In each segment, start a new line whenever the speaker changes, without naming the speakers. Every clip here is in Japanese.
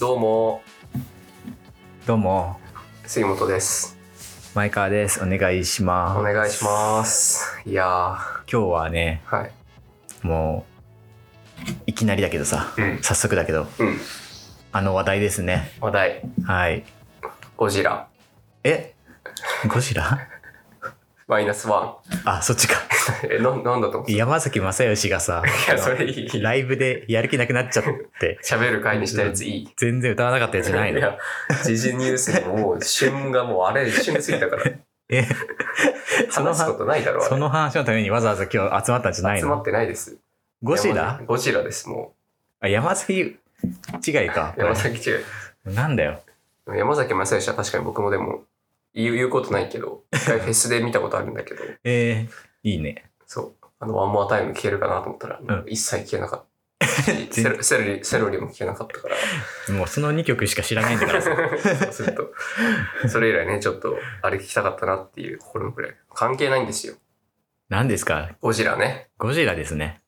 どうも
どうも、
杉本です
前川です。お願いします。
お願いしますいや
今日はね、
ーはい
もう、いきなりだけどさ、
うん
早速だけど、
うん
あの話題ですね。
話題
はい。
ゴジラ
えゴジラ
マイナスワ
あ、そっちか。
ン えななんだと思うい
山崎正義がさ、
やそれいい
ライブでやる気なくなっちゃって、
喋る回にしたやついい
全然歌わなかったやつじゃないの。
や時事ニュースにもう旬がもうあれ旬ついた から
え、その
話すことないだろう
そ
あれ
の話のためにわざわざ今日集まったんじゃない
集ま
の
ってないです
ゴジ
山
ラ
崎ゴジラですも
あ山崎違いか。
う山崎違う
なんだよ。
山崎正義は確かに僕もでも言う言うことないけど一回フェスで見たことあるんだけど
えー、いいね。
そう。あの、ワンモアタイム消えるかなと思ったら、
ん
一切消えなかった しセロ。セロリ、セロリも消えなかったから。
もうその2曲しか知らないんだからさ。
そうすると、それ以来ね、ちょっと、あれ聞きたかったなっていう心のくらい。関係ないんですよ。
何ですか
ゴジラね、
ゴジラですね。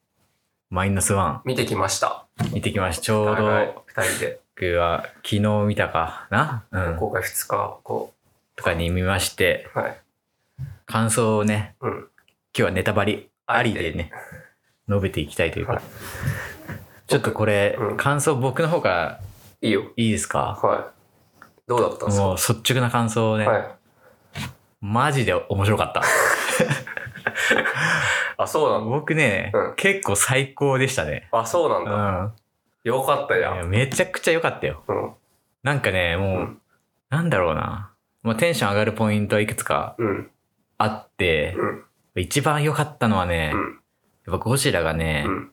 マイナスワ
見てきました。
ン。見てきました。ちょう
互い
ど、
二人で、
僕は昨日見たかなうん。
公開二日、こと
かに見まして、
う、はい。
感想をね、
うん。
今日はネタバリありでね、述べていきたいというか。
はい
ちょっとこれ、
うん
感想僕の方から
いいよ。
いいですか
はい。どうだったんですか
もう率直な感想をね、
はい。
マジで面白かった。
あ、そうなん
僕ね、
うん
結構最高でしたね。
だ。あ、そうなん
う
だ。
ん。
よかった
い
や
や
ん。
めちゃくちゃ良かったよ。
うん。
なんかね、もう、
うん
なんだろうな。まあ、テンション上がるポイントはいくつか
うん。
あって、
うん。
一番良かったのはね、
うん。
やっぱゴジラがね、
うん。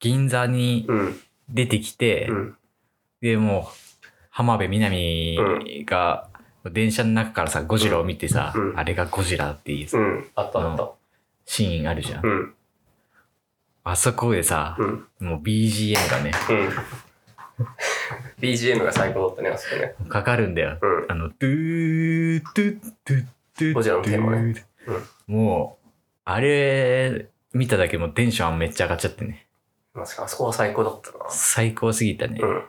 銀座に
うん。
出てきて、
うん。
で、もう、浜辺美波が、電車の中からさ、ゴジラを見てさ、
うん
あれがゴジラっていうさ
うん。あったあった。
シーンあるじゃん。
うん。
あそこでさ、
うん。
もう BGM がね、
BGM が最高だったね、あそこね。
かかるんだよ。
うん。
あの、ドゥー、ドゥッドゥッドゥッ
ゴジラのテーマね。
ドゥーもう、あれ、見ただけでもうテンションめっちゃ上がっちゃってね。
まあ、あそこは最高だったな。
最高すぎたね。
うん。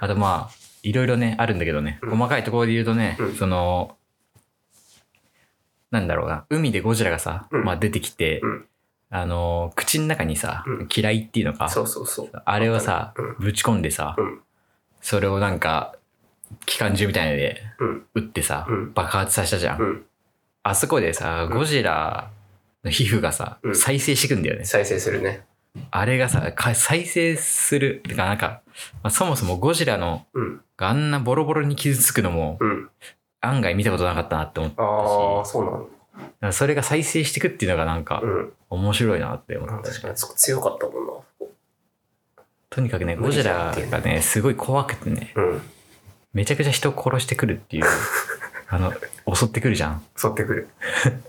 あとまあ、いろいろね、あるんだけどね、
うん
細かいところで言うとね、
うん
その、なんだろうな、海でゴジラがさ、
うん
まあ出てきて、
うん
あの、口の中にさ、
うん
嫌いっていうのか、
そうそうそう。
あれをさ、
うん
ぶち込んでさ、
うん
それをなんか、機関銃みたいなので
うん。
撃ってさ、
うん
爆発させたじゃん。
うん。
あそこでさ、
うん
ゴジラの皮膚がさ、
うん
再生してくんだよね。
再生するね。
あれがさ、か再生する、てかなんか、まあ、そもそもゴジラの
うん。
があんなボロボロに傷つくのも
うん。
案外見たことなかったなって思っ
ああ、そうなの。
た。それが再生してくっていうのがなんか
うん。
面白いなって思った。
確かに、そこ強かったもんな。
とにかくね、ゴジラがね、すごい怖くてね、
うん。
めちゃくちゃ人殺してくるっていう、あの、襲ってくるじゃん。
沿ってくる。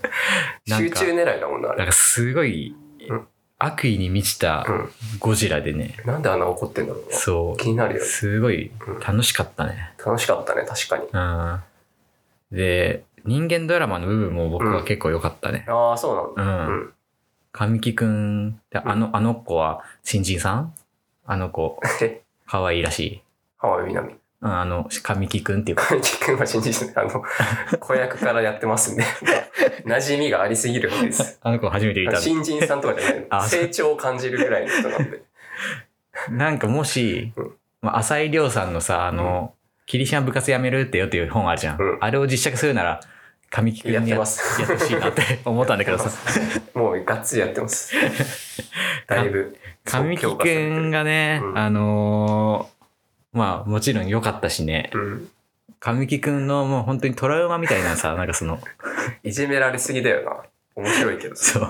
なん
集
か
中狙いだもんな、あ
だか
れ。
らすごい
うん
悪意に満ちた
うん。
ゴジラでね、
なんであんな怒ってんだろうな。
そ
気になる
う、
よね。
すごい楽しかったね。
楽しかったね、確かに。
うん。で、人間ドラマの部分も僕は結構良かったね。
ああ、そう
う
なんの。うん。
神木くん、であの、あの子は新人さんあの 子、
え、
可愛いらしい。
浜辺美 波。
うん、あの、神木くんっていうか、
神木君は新人ですあ の、子役からやってますんで。 馴染みがありすぎるんです。
あの子初めて見たんで
新人さんとかじゃないの。
あ
成長を感じるぐらいの人なんで。
なんかもし
うん、
まあ、浅井亮さんのさ、あの、キリシャン部活やめるってよっていう本あるじゃん。
うん
あれを実写化するなら、神木くんに
やってま
や
す。
やってほしいなって思ったんだけどさ、
もうがっつりやって ます。だいぶ。
神木くん
が。
がね、
うん
あのーまあもちろん良かったしね、
うん。
神木くんのもう本当にトラウマみたいなさ、なんかその、
いじめられすぎだよな。面白いけどさ。
そう。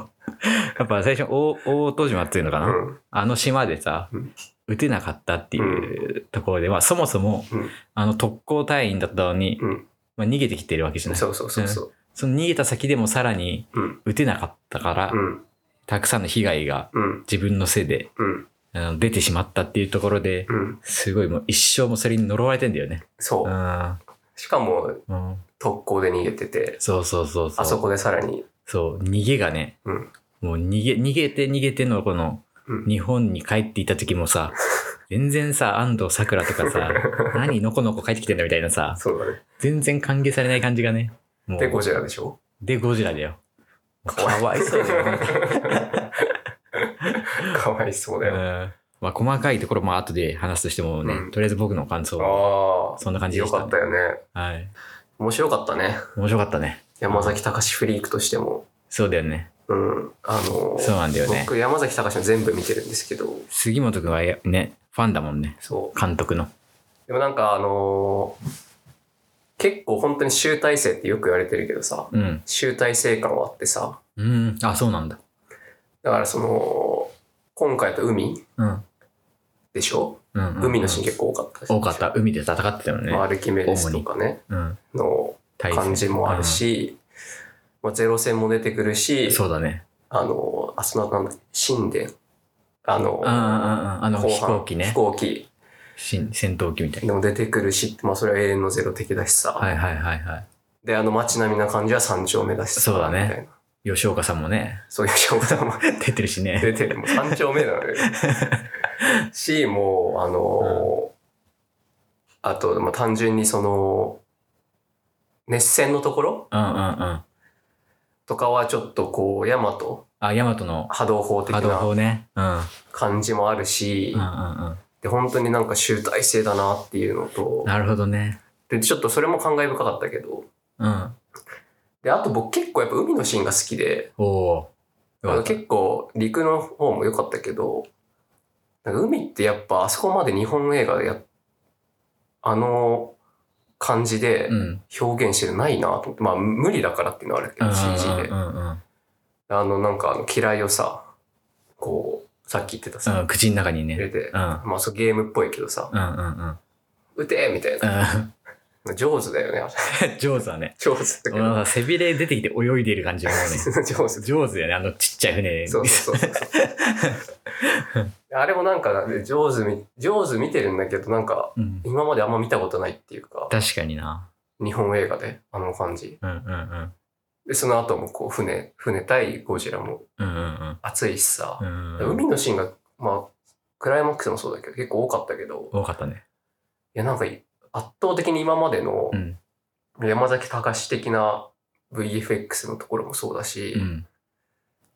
やっぱ最初、大大戸島っていうの
う
かな、
ん。
あの島でさ、
うん
撃てなかったっていうところで、まあそもそも、
うん
あの特攻隊員だったのに、
うん
まあ、逃げてきてるわけじゃない。
そうそうそうそう。
その逃げた先でもさらに
うん。
撃てなかったから、
うん。
たくさんの被害が
うん。
自分のせいで
うん。
あの出てしまったっていうところで、
うん。
すごいもう一生もそれに呪われてんだよね。
そうう。
ん。
しかも、
うん
特攻で逃げてて、
そうそうそうそ
あ
う。
そこでさらに。
そう、逃げがね、
うん
もう逃げ、逃げて逃げてのこの、
うん
日本に帰っていた時もさ、全然さ、安藤サクラとかさ、何のこのこ帰ってきてんだみたいなさ、
そうだね。
全然歓迎されない感じがね。もう
で、ゴジラでしょ
で、ゴジラだよ。
か
か
わ
わいそうだよ ね。
かわいそうだ
う
よ。
んまあ、細かいところも後で話すとしてもね、
うん
とりあえず僕の感想は、
あ
そんな感
あ、
じで
よ
した、ね。
かったよね。
はい。
面白かったね。
面白かったね。
山崎隆フリークとしても。
そうだよね。
うん。あの、
そうなんだよね。
僕、山崎隆の全部見てるんですけど、
杉本くんはやね、ファンだもんね。
そう。
監督の。
でもなんかあのー結構本当に集大成ってよく言われてるけどさ、
うん。
集大成感はあってさ、
うん。あ、そうなんだ。
だからその、今回と海
うん。
でしょ
うんうん、うん。
海のシーン結構多かったでしょ
多かった。海で戦ってたよね
まあ。アルキメデスとかね、
うん。
の
対戦
感じもある、し、まあ、ゼロ戦も出てくる
うん
し、
そうだね。
あの、あ、その後なんだっけ、神殿。あの、
うんうんうん。あの、
後半
飛行機ね
飛。行機
し戦闘機みたいな。
でも出てくるし、まあそれは永遠のゼロ的だしさ。
はいはいはいはい。
で、あの街並みな感じは山頂目だしさ。
そうだね
みたいな。
吉岡さんもね、
そういう評価も
出てるしね。
出てる。もう3丁目な のよ。し、もう、あのーあと、まあ、単純にその、熱戦のところ
うんうんうん。
とかはちょっとこう、ヤマト、
あ、ヤマトの
波動砲的
波動
な
砲ね。うん。うん
感じもあるし、
うんうん。
で、本当になんか集大成だなっていうのと、
なるほどね。
で、ちょっとそれも感慨深かったけど、
うん。
で、あと僕結構やっぱ海のシーンが好きで、
おおー。よ
あ
か
の
った
結構陸の方も良かったけど、なんか海ってやっぱあそこまで日本映画でやっ、あの感じで
うん。
表現してるのないなと思って、まあ無理だからっていうのはあるけ
うん
ど、
うん
CG で
う。んうん
あのなんかあの嫌いをさ、こう、さっき言ってた
う
さ、
ん。口の中に
入れ
ね。
て
う、ん。
まあそうゲームっぽいけどさ、
うんうんうん。
撃てみたいうな。
ん。
上手だよね、あれ
上手だね。
上手だけ
うん
ど。
なんか背びれ出てきて泳いでいる感じもね。
上手
上手だよね。あのちっちゃい船。
そうそうそうそう。あれもなんか、ね、上手み、上手見てるんだけど、なんか、
うん。
今まであんま見たことないっていうか、
確かにな。
日本映画で、あの感じ。
うんうんうん。
で、その後もこう、船、船対ゴジラも
うんうん
熱いしさ
う、ん。うん
海のシーンが、まあ、クライマックスもそうだけど、結構多かったけど、い
多かったね。
や、なんかい、圧倒的に今までの
うん。
山崎隆的な VFX のところもそうだし、
うん。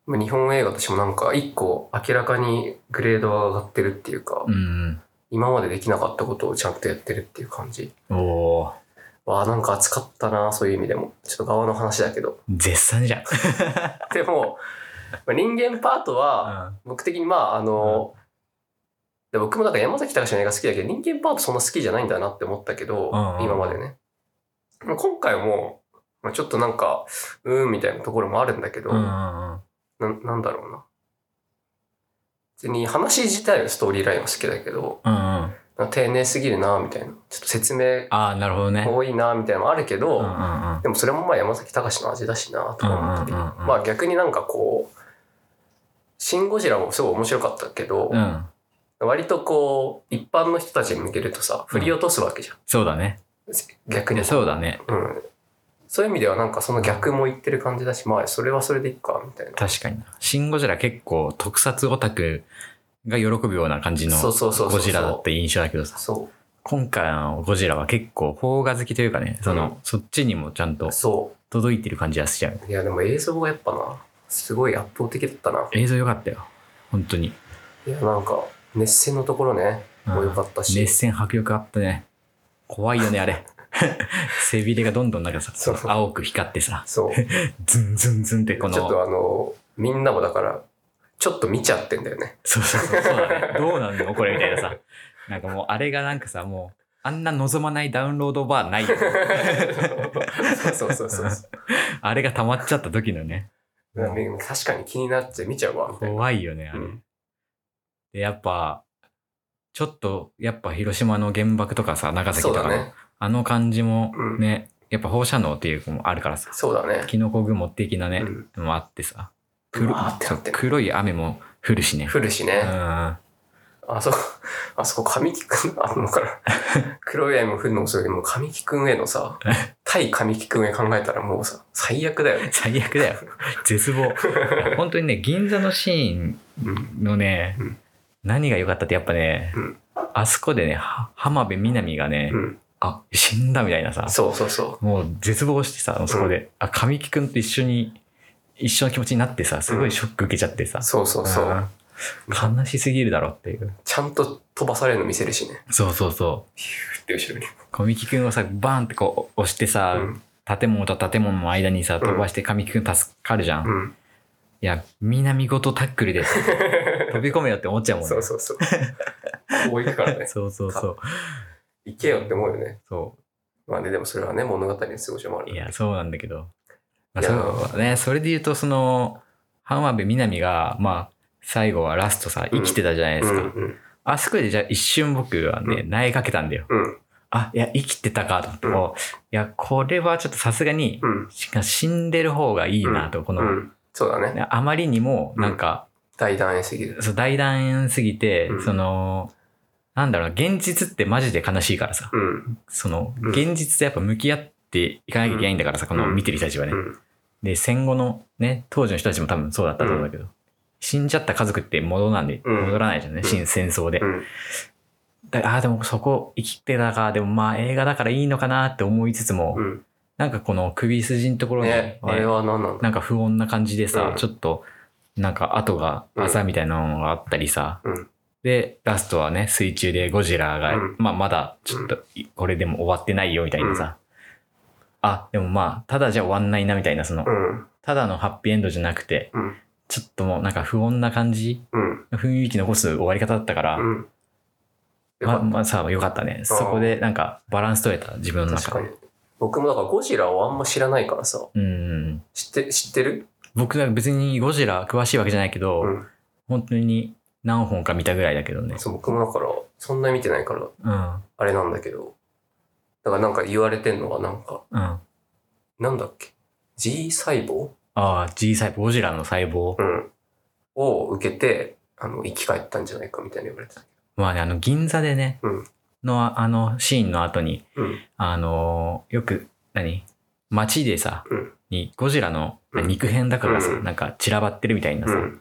まあ日本映画としてもなんか、一個明らかにグレードが上がってるっていうか、
うん
今までできなかったことをちゃんとやってるっていう感じ。
うん。おお。
わあ、なんか熱かったな、そういう意味でも。ちょっと側の話だけど。
絶賛じゃん。
でも、まあ人間パートは、僕的にまあ、あの、で僕もなんか山崎隆の映画好きだけど、人間パートそんな好きじゃないんだなって思ったけど、
うんうん
今までね。まあ今回も、まあちょっとなんか、うーんみたいなところもあるんだけど、
うん。うんうんうん。
ななんだろうな。別に話自体のストーリーラインは好きだけど、
うんうん。
なんか丁寧すぎるな、みたいな。ちょっと説明
ああ、なるほどね。
多いなみたいなのもあるけど、
うんうん
でもそれもまあ山崎隆の味だしなとか思ったり、
うんうんうんうん
まあ逆になんかこう「シン・ゴジラ」もすごい面白かったけど
う、ん。うん。
割とこう一般の人たちに向けるとさ振り落とすわけじゃん、
そうだね。
逆
い
に
や、そうだね。
うん、そういう意味ではなんかその逆も言ってる感じだしまあそれはそれでいいかみたいな
確かに。シン・ゴジラ結構特撮オタクが喜ぶような感じの
そうそうそうそうそう
ゴジラだって印象だけどさ。
そ
今回のゴジラは結構邦画好きというかね、その、
うん
そっちにもちゃんと
うそ
届いてる感じがしちゃう。
ういやでも映像がやっぱなすごい圧倒的だったな
映像良かったよ。本当に。
いやなんか熱戦のところねもう良かったし、
熱戦迫力あったね。怖いよね、あ れ。背びれがどんどんなんかさ
そう、
青く光ってさ、
そう
ズンズンズンって この、
ちょっとあのみんなもだからちょっと見ちゃってんだよ ね
そうそうそうそうだね。どうなんのこれみたいなさ。なんかもうあれがなんかさ、もうあんな望まないダウンロードバーないよ。
そうそうそうそう。
あれが溜まっちゃった時のね。もう
確かに気になって見ちゃうわ、みたいな。
怖いよね、あ
う
れ。
ん
で、やっぱ、ちょっと、やっぱ広島の原爆とかさ、長崎
そ
と
う
か
だ
の、
ね。
あの感じも
うん
ね、やっぱ放射能っていうのもあるからさ、
そうだね。
キノコ雲的なね、
うん
のもあってさ、
う
黒
わーってなってる
黒い雨も降るしね。
降るし
う
ね。
ん。
あそこ、 あそこ神木くんあるのから 黒い愛も降るのもそうだけど、もう神木くんへのさ、対神木くんへ考えたらもうさ、最悪だよね。
最悪だよ。絶望。 いや本当にね、銀座のシーン
うん。
のね、
うん
何が良かったってやっぱね、
うん
あそこでね、は浜辺美波がね、
うん。
あ、死んだみたいなさ、
そうそうそ
もう絶望してさ、そこで、あ、神木くんと一緒に、一緒の気持ちになってさ、すごいショック受けちゃってさ
う。、そうそうそ
あ
う。
ー悲しすぎるだろっていう。
ちゃんと飛ばされるの見せるしね。
そうそうそう。
ふって後ろに。
神木くんをさ、バーンってこう押してさ、
うん。
建物と建物の間にさ、飛ばして神木くん助かるじゃん。い
うん。
や、南ごとタックル で飛び込めよって思っちゃうもんね。
そうそう そう。こう行くからね。
そうそうそう。
行けよって思うよね。
そ
まあね、でもそれはね、物語の過ごしもあ
う。
る。
いや、そうなんだけど。まあ、
いや
そうね、それで言うと、その、浜辺美波が、まあ、最後はラストさ、生きてたじゃない
う
です
ん
か。
うん。
あそこでじゃあ一瞬僕はね、
う
苗かけたんだよ。
うん。
あ、いや、生きてたかと思って、こういや、これはちょっとさすがに、
うん。
しか死んでる方がいいなと、この、
うん。そうだね。
あまりにも、なんか、
大団円すぎる。
そう大団円すぎて、
うん
その、なんだろうな、現実ってマジで悲しいからさ、
うん。
その、
うん
現実とやっぱ向き合っていかなきゃいけないんだからさ、この見てる人たちはね
う。ん。
で、戦後のね、当時の人たちも多分そうだったと思うんだけど、死んじゃった家族って戻らない、
うん
戻らないじゃんね、新戦争で
う。ん。
だああ、でもそこ生きてたか、でもまあ映画だからいいのかなって思いつつも、
うん。
なんかこの首筋のところに、
ね、あれは何なんだ
なんか不穏な感じでさ、
うん
ちょっと、なんか跡が、
うん
朝みたいなのがあったりさ、
うん
で、ラストはね、水中でゴジラが、
うん
まあまだちょっと、いこれでも終わってないよみたいなさ、あ、でもまあ、ただじゃ終わんないなみたいな、その
う、ん。
ただのハッピーエンドじゃなくて、
うん
ちょっともうなんか不穏な感じ、
うん。
雰囲気残す終わり方だったから、
うん。よか
ま
っ
あまあさ、よかったね。そこでなんかバランス取れた、自分の
た
中
確か
で。
に。僕もだからゴジラをあんま知らないからさ。
うん。
知って、知ってる
僕は別にゴジラ詳しいわけじゃないけど、
うん。
本当に何本か見たぐらいだけどね。
そう、僕もだから、そんなに見てないから、
うん。
あれなんだけど。だからなんか言われてんのはなんか、
うん。あ
なんだっけ ?G 細胞
あ、G 細胞、ゴジラの細胞。
うん。を受けて、あの、生き返ったんじゃないかみたいに言われてた。
まあね、あの、銀座でね、
うん
の、あの、シーンの後に、
うん。
あのーよく、何街でさ、
うん
にゴジラの
うん
肉片だからさ、
うん
なんか散らばってるみたいな
う
さ、
ん。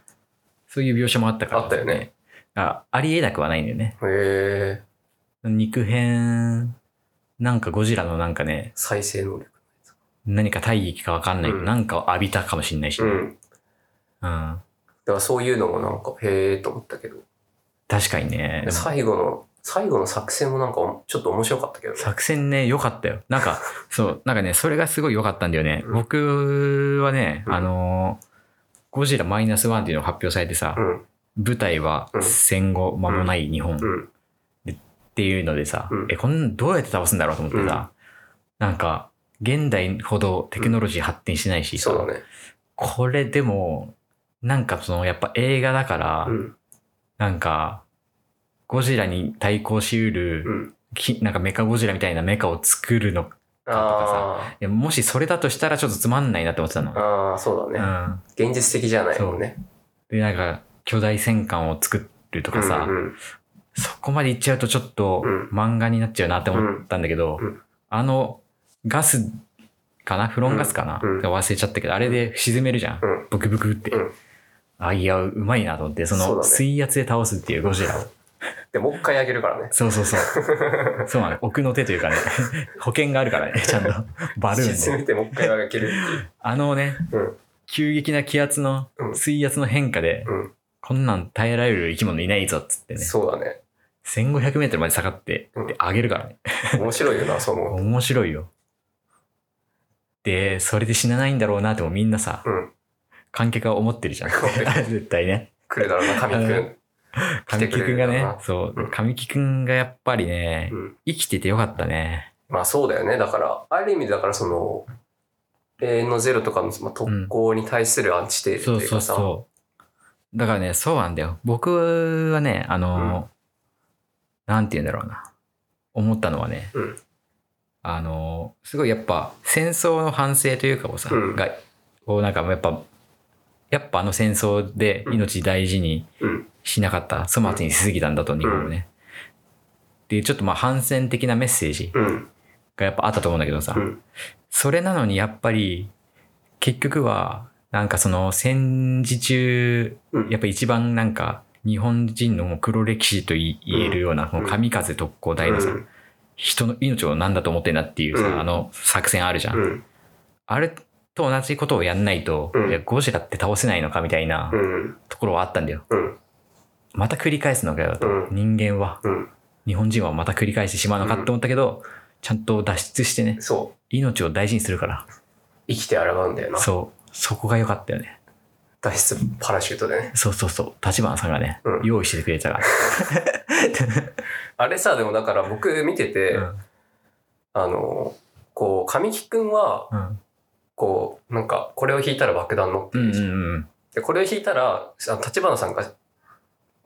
そういう描写もあったから、
あったよね。
あありえなくはないんだよね。
へえ。
肉片、なんかゴジラのなんかね、
再生能力。
何か体液かわかんない、
うん
なんかを浴びたかもしれないし、ね
ん。
うん。
だからそういうのもなんか、へえと思ったけど。
確かにね。
最後の、最後の作戦もなんか、ちょっと面白かったけどね。
作戦ね、良かったよ。なん か、そう、なんかね、それがすごい良かったんだよね。
うん
僕はね、
うん
あのーゴジラマイナスワンっていうのを発表されてさ
う、ん。
舞台は
うん
戦後間もない日本っ
うん。
ていうのでさ、
うん
え、こんなんどうやって倒すんだろうと思ってさ、なんか、現代ほどテクノロジー発展してないしさ、
そうだね。
これでも、なんかその、やっぱ映画だから、
うん。
なんか、ゴジラに対抗しうる、
うん。
きなんかメカゴジラみたいなメカを作るの
あ
でももしそれだとしたらちょっとつまんないなって思ってた
あ。
の。
ああ、そう
う
だね。
ん。
現実的じゃないもんね。
で、なんか、巨大戦艦を作るとかさ、
うん
そこまで行っちゃうとちょっと
うん
漫画になっちゃうなって思ったんだけど、
うんうん
あの、ガスかなフロンガスかな、
うんうん
忘れちゃったけど、あれで沈めるじゃん。
うん
ブクブクって。
うん
あ、いや、うまいなと思って、そ
そう
の
だね
水圧で倒すっていうゴジラを。
で、もう一回あげるからね。
そ うそうそう。そうなの。奥の手というかね、 保険があるからね、ちゃんと。バルーンで。
沈めてもう一回あげるって
あのね、
うん
急激な気圧の
うん
水圧の変化で、
いう。
こんなん耐えられる生き物いないぞっつって
うん。
ね、
そうだね。
1500メートルまで下がって、
うん
で上げるからね。
面白いよな、そ の。
面白いよ。で、それで死なないんだろうなってもみんなさ、
うん。
観客は思っ てるじゃん。
思ってる
絶対ね。
くれたらな、神くん。来てく
神木
れ
く
る
ん
んだ
が
ろう
ね
な、
そうう、
ん
神木くんがやっぱりね
う、ん。
生きててよかったね。
まあそうだよね。だから、ある意味だからその、永遠のゼロとかの、まあ、特攻に対するアンチテーゼ
そ
と
う
いう
そう
かさ、
そう。だからね、そうなんだよ。僕はね、あの、なんて言うんだろうな。思ったのはね、
うん
あの、すごいやっぱ戦争の反省というかをさ、
うん
が、こうなんかやっぱ、やっぱあの戦争で命大事に
うん
しなかった、粗末にしすぎたんだと、日本もね。っていうちょっとまあ反戦的なメッセージ
うん。
がやっぱあったと思うんだけどさ、
うん。
それなのにやっぱり、結局は、なんかその戦時中、
うん
やっぱ一番なんか日本人のもう黒歴史とい言えるような、この神風特攻隊のさ、
うん
人の命を何だと思ってんだっていうさ、
うん
あの作戦あるじゃん。
うん
あれと同じことをやんないと、
うん
いやゴジラって倒せないのかみたいな
うん
ところはあったんだよ。
うん
また繰り返すのかよと。
うん
人間は、
うん
日本人はまた繰り返してしまうのかって思ったけど、ちゃんと脱出してね、
そう
命を大事にするから。
生きてあらがうんだよな
そう。そこが良かったよね。
脱出パラシュートでね
そうそうそう。立花さんがね、
うん
用意してくれたから。
あれさでもだから僕見てて、あのこう神木君は
うん。うん。
こうなんかこれを引いたら爆弾のって
う
いうんじ
う
ゃん
んうん。
でこれを引いたらあ立花さんが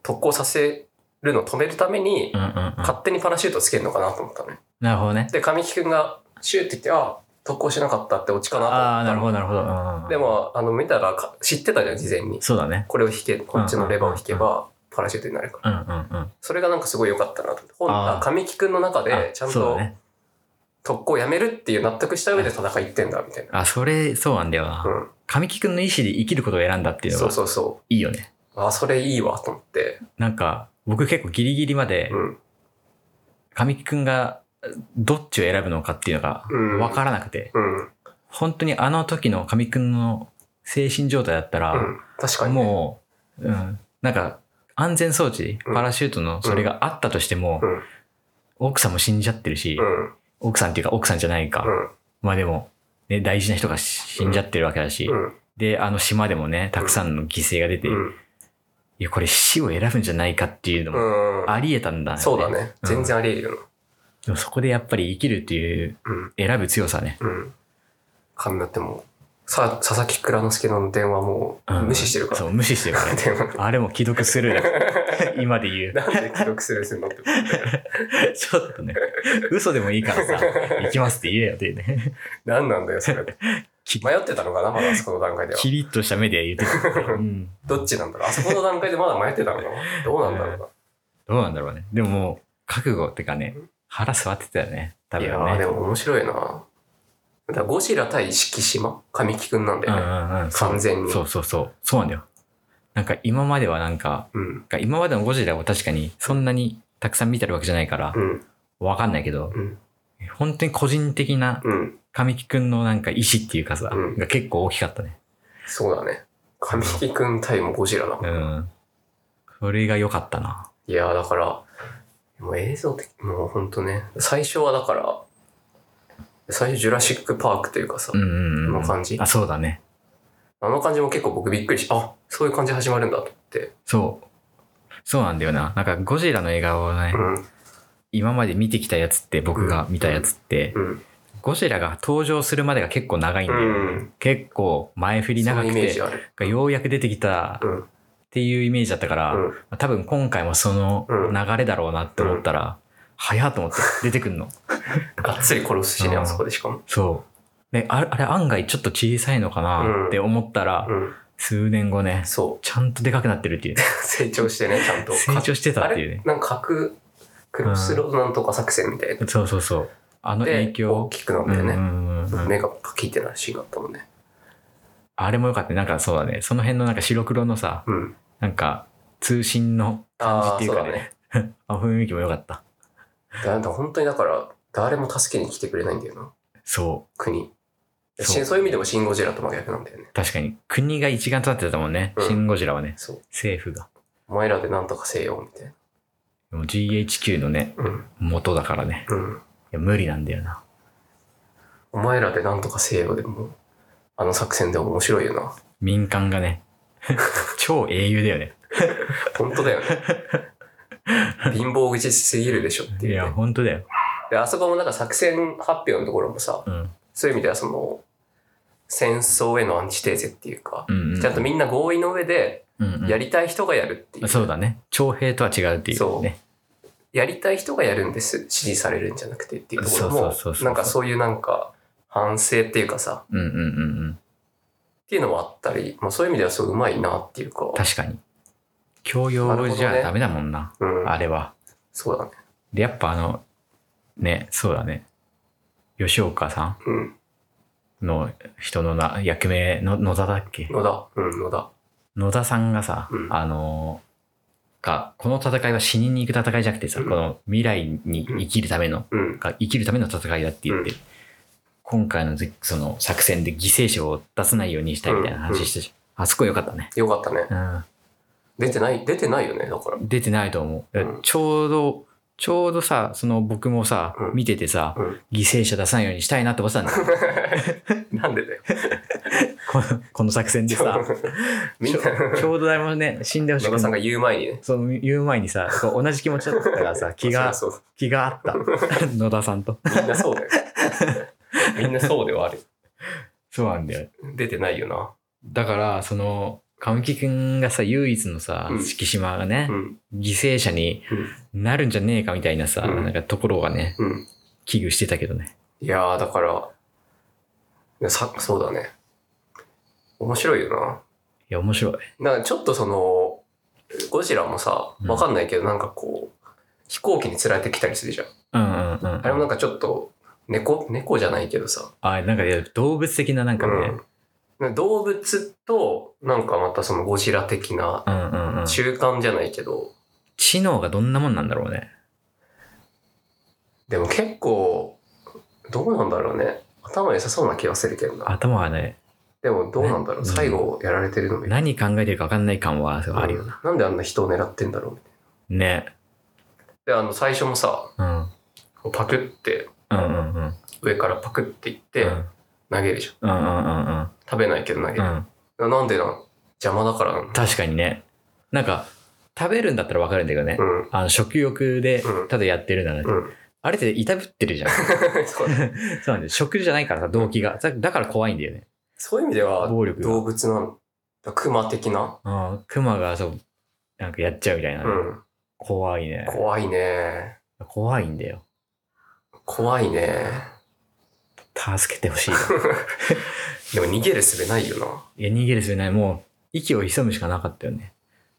特攻させるのを止めるために、
うんうんうん。
勝手にパラシュートつけるのかなと思ったのね
なるほどね。
で神木君がシューって言ってあ特攻しなかったってオチかなと思った
ああー、なるほど、
ど
なるほどうんうん。
で、もあの見たらか知ってたじゃん事前に
そうだね。
これを引けこっちのレバーを引けばパラシュートになるから
うんうんうん。
それがなんかすごい良かったなと思って本
あー
あ神木君の中
あ
でちゃん
そう
と
だね。
特攻やめるっていう納得した上で戦い行ってんだみたいな
あ、それ、そうなんだよな。
うん
神木君の意思で生きることを選んだっていう
そ
の
う
が
そうそ
いいよね。
うあそれいいわと思って
なんか、僕結構ギリギリまで
うん
神木君がどっちを選ぶのかっていうのが
うん
分からなくて、
うん
本当にあの時の神木君の精神状態だった
う
ら、
ん確かにね
もう、うん、なんか安全装置、
うん
パラシュートのそれがあったとしても、
うん
奥さんも死んじゃってるし、
うん
奥さんっていうか奥さんじゃないか、まあでも、ね、大事な人が死んじゃってるわけだし、
うんうん
で、あの島でもね、たくさんの犠牲が出て、
うん
いや、これ死を選ぶんじゃないかっていうのも
うん
ありえたんだよね。
そうだね
うん
全然ありえるよな
でもそこでやっぱり生きるっていう
うん
選ぶ強さね。
うん神だってもうさ佐々木蔵之介の電話もう無視してるから、
そう、無 視してるからね。
電話
あれも既読するだ今で 言う。
なんで記録するするのって 思ったよ
ちょっとね、嘘でもいいからさ、行きますって言えよっていうね。
何なんだよそれ
き
迷ってたのかなまだあそこの段階では
キリッとした目で言ってくる、うん
どっちなんだろうあそこの段階でまだ迷ってたのかなどうなんだろうな
どうなんだろうね。でももう、覚悟ってかね、腹座ってたよね。多
い
分
やー
ね
で。も面白いなだからゴジラ対四季島神木くんなんだ
うん
よ
う
ね、
んうん。そう
完全に
そうそうそう。そうなんだよ。なんか今まではなんか、
うん
今までのゴジラを確かにそんなにたくさん見てるわけじゃないから
う、ん
わかんないけど、
うん
本当に個人的な
うん
神木くんのなんか意志っていうかさ、
うん
が結構大きかったね。
そうだね神木くん対もゴジラだもん、
うん。それが良かったな。
いやーだからもう映像的もうほんとね最初はだから最初ジュラシック・パークというかさ、
うんうんうん。
この感じ
あ、そうだね。
あの感じも結構僕びっくりしあそういう感じで始まるんだと思って
そう。そうなんだよな。なんかゴジラの映画をね、
うん
今まで見てきたやつって、僕が見たやつって、
うん
ゴジラが登場するまでが結構長いんだよ。
うん
結構前振り
そ
長
のイ
く
メージ
て、
ある
ようやく出てきた
うん
っていうイメージだったから、
うん
多分今回もその
うん
流れだろうなって思ったら、早っと思って出てく んの。
がっつり殺すしね
うん
あそこでしかも
そう。で、あれ、あれ案外ちょっと小さいのか
う
なんって思ったら、
うん
数年後ね、
そ
ちゃんとでかくなってるっていうね。
う 成長してねちゃんと
成長してたっていうね
あ。れなんか核クロスロードなんとか作戦みたいな、
そうそうそう。あの影
で大
響。
きくなっ
う
た
んう
よ
ん
ね、
うんうん、
目がパキってなるシーンがあったもんね
あれもよかったね。なんかそうだね。その辺のなんか白黒のさ、
うん
なんか通信の
あ
感
あ
じって
そ
いうう
だ
か
ね
ね。あ雰囲気もよかった。
だなんか本当にだから誰も助けに来てくれないんだよな
そ
国
そう
そうそういう意味でもシン・ゴジラと真逆なんだよね
う。確かに。国が一丸となってたもんね。
うん
シン・ゴジラはね。
そう
政府が。
お前らでなんとかせよみたいな
でも GHQ のね、
うん
元だからね。
うん
いや無理なんだよな。
お前らでなんとかせよでもあの作戦でも面白いよな
民間がね。 超英雄だよね。
本当だ よね貧乏口すぎるでしょって
い
いう、
や、
ね、
本当だよ。
であそこもなんか作戦発表のところもさ
うん。
そういう意味ではその戦争へのアンチテーゼっていうか、
うんうん
ちゃんとみんな合意の上で
うんうん
やりたい人がやるっていう、
そうだね。徴兵とは違うっていうね。
やりたい人がやるんです支持されるんじゃなくてっていうところ
そう
も
そうそうそう
なんかそういうなんか反省っていうかさ
うんうんうんうん。
っていうのもあったり、まあ、そういう意味ではすごいうまいなっていうか
確かに。教養じゃダメだもんな。
うん、
あれは。
そうだね
で、やっぱあの、ね、そうだね。吉岡さ
うん
んの人のな役名の、野田だっけ
野田うん野田
野田さんがさ、
うん
あの、か、この戦いは死にに行く戦いじゃなくてさ、
うん
この未来に生きるための、
うん。
が生きるための戦いだって言って、
う
今回のぜその作戦で犠牲者を出さないようにしたいみたいな話してたじゃんあそこ良かったね。
よかったね。
うん。
出てない、出てないよね、だ から。
出てないと思う。
うん
ちょうど、ちょうどさ、その僕もさ、
うん
見ててさ、
うん
犠牲者出さないようにしたいなって思ってたんだよ。
なんでだよ。
このこの作戦でさ、
みんな、
ちょうど誰もね、死んでほし
野
く
田さん
な
が
い。
言う前にね。
そう言う前にさ、こう同じ気持ちだったから さ、気が、
そうそう
気があった。 野田さんと。
みんなそう だよ。みんなそうではある。
そうなんだよ。
出てないよ
だから、その、神木くんがさ、唯一のさ
うん、
敷島がね
な。う、ん。
犠牲者になるんじゃねえかみたいなさ、
うん
なんかところがね、
うん。
危惧してたけどね。
いやー、だから、さ、そうだね。面白いよな。
いや、面白い。
なんかちょっとその、ゴジラもさ、
うん
わかんないけど、なんかこう、飛行機に釣られてきたりするじゃん。
うんうんうん。
あれもなんかちょっと、猫、猫じゃないけどさ。
あ、なんかいや動物的ななんかね、
うん、動物と、なんかまたそのゴジラ的な、
うん、うんうん。
中間じゃないけど、
知能がどんなもんなんだろうね。
でも結構、どうなんだろうね。頭良さそうな気はするけどな。
頭はね、
でもどうなんだろう。
ね
最後やられてるのもいる
何考えてるか分かんない感はあるよな。
うんなんであんな人を狙ってんだろうみたい
ね。
な。で、あの、最初もさ、
うん。うん
パクって、
うんうん。
上からパクっていって
う、ん
投げるじゃん。
うんうんうん
食べないけど投げ
う
る。
ん。うん。
なんでなん邪魔だからなんだ。
確かにね。なんか、食べるんだったら分かるんだけどね。
うん。
あの食欲で
うん
ただやってるなら、
うん。
あれっていたぶってるじゃん。
そうだ
そうなんで食じゃないからさ、動機が。だだから怖いんだよね。
そういう意味では、
暴力が
動物なんだ。熊的な。
うん。熊がそう、なんかやっちゃうみたいなね。
うん。
怖いね。
怖いね。
怖いんだよ。
怖いね。
助けてほしいな。
でも逃げる術ないよな。
いや、逃げるすべない。もう、息を潜むしかなかったよね。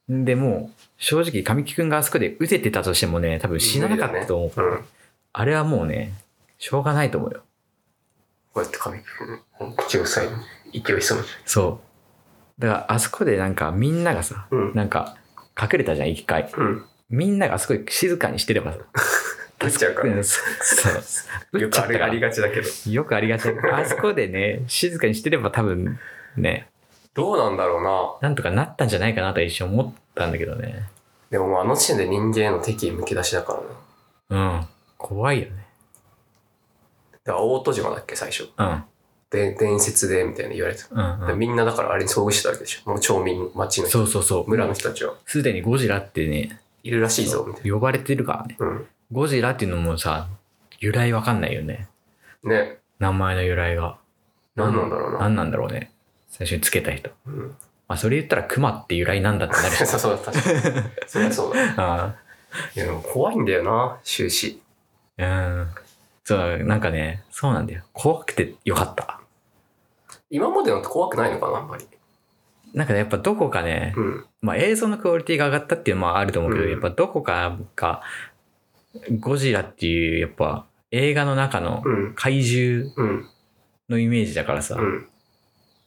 で、もう、正直、神木くんがあそこで撃ててたとしてもね、多分死ななかったと思うから、
うん。
あれはもうね、しょうがないと思うよ。
こうやって髪くん、口を塞いで、息を潜む。
そう。だから、あそこでなんか、みんながさ、
うん。
なんか、隠れたじゃん、一回。
うん。
みんながあそこで静かにしてればさ、
撃っちゃうからね。
そう。
よくあるあり
が
がちだけど。
よくありがちだけど。あそこでね、静かにしてれば多分、ね、
どうなんだろうな。
なんとかなったんじゃないかなとは一瞬思ったんだけどね。
でももうあの時点で人間への敵意むき出しだからな。だ
うん。怖いよね。
から大戸島だっけ、最初。
うん。
で、伝説で、みたいな言われてた。
うん、
でみんなだからあれに遭遇してたわけでしょ。もう町民、町の人、
そうそうそう。
村の人たちは。
すでにゴジラってね、
いるらしいぞ、みたい
呼ばれてるからね。
な。うん。
ゴジラっていうのもさ、由来わかんないよね。
ね。
名前の由来が。
何なんだろうな。
何なんだろうね。最初につけた人。
うん。
まあ、それ言ったら熊って由来なんだってなるし
そ。うそうだ、確かに。そりゃそうだ。
あ
いや、でも怖いんだよな、終始。
あうん。そう、なんかね、そうなんだよ。怖くてよかった。
今までのって怖くないのかな、あんまり。
なんかね、やっぱどこかね、
うん。
まあ映像のクオリティが上がったっていうのもあると思うけど、
うん
やっぱどこかが、ゴジラっていう、やっぱ映画の中の
うん。
怪獣
うん。
のイメージだからさ、
うん。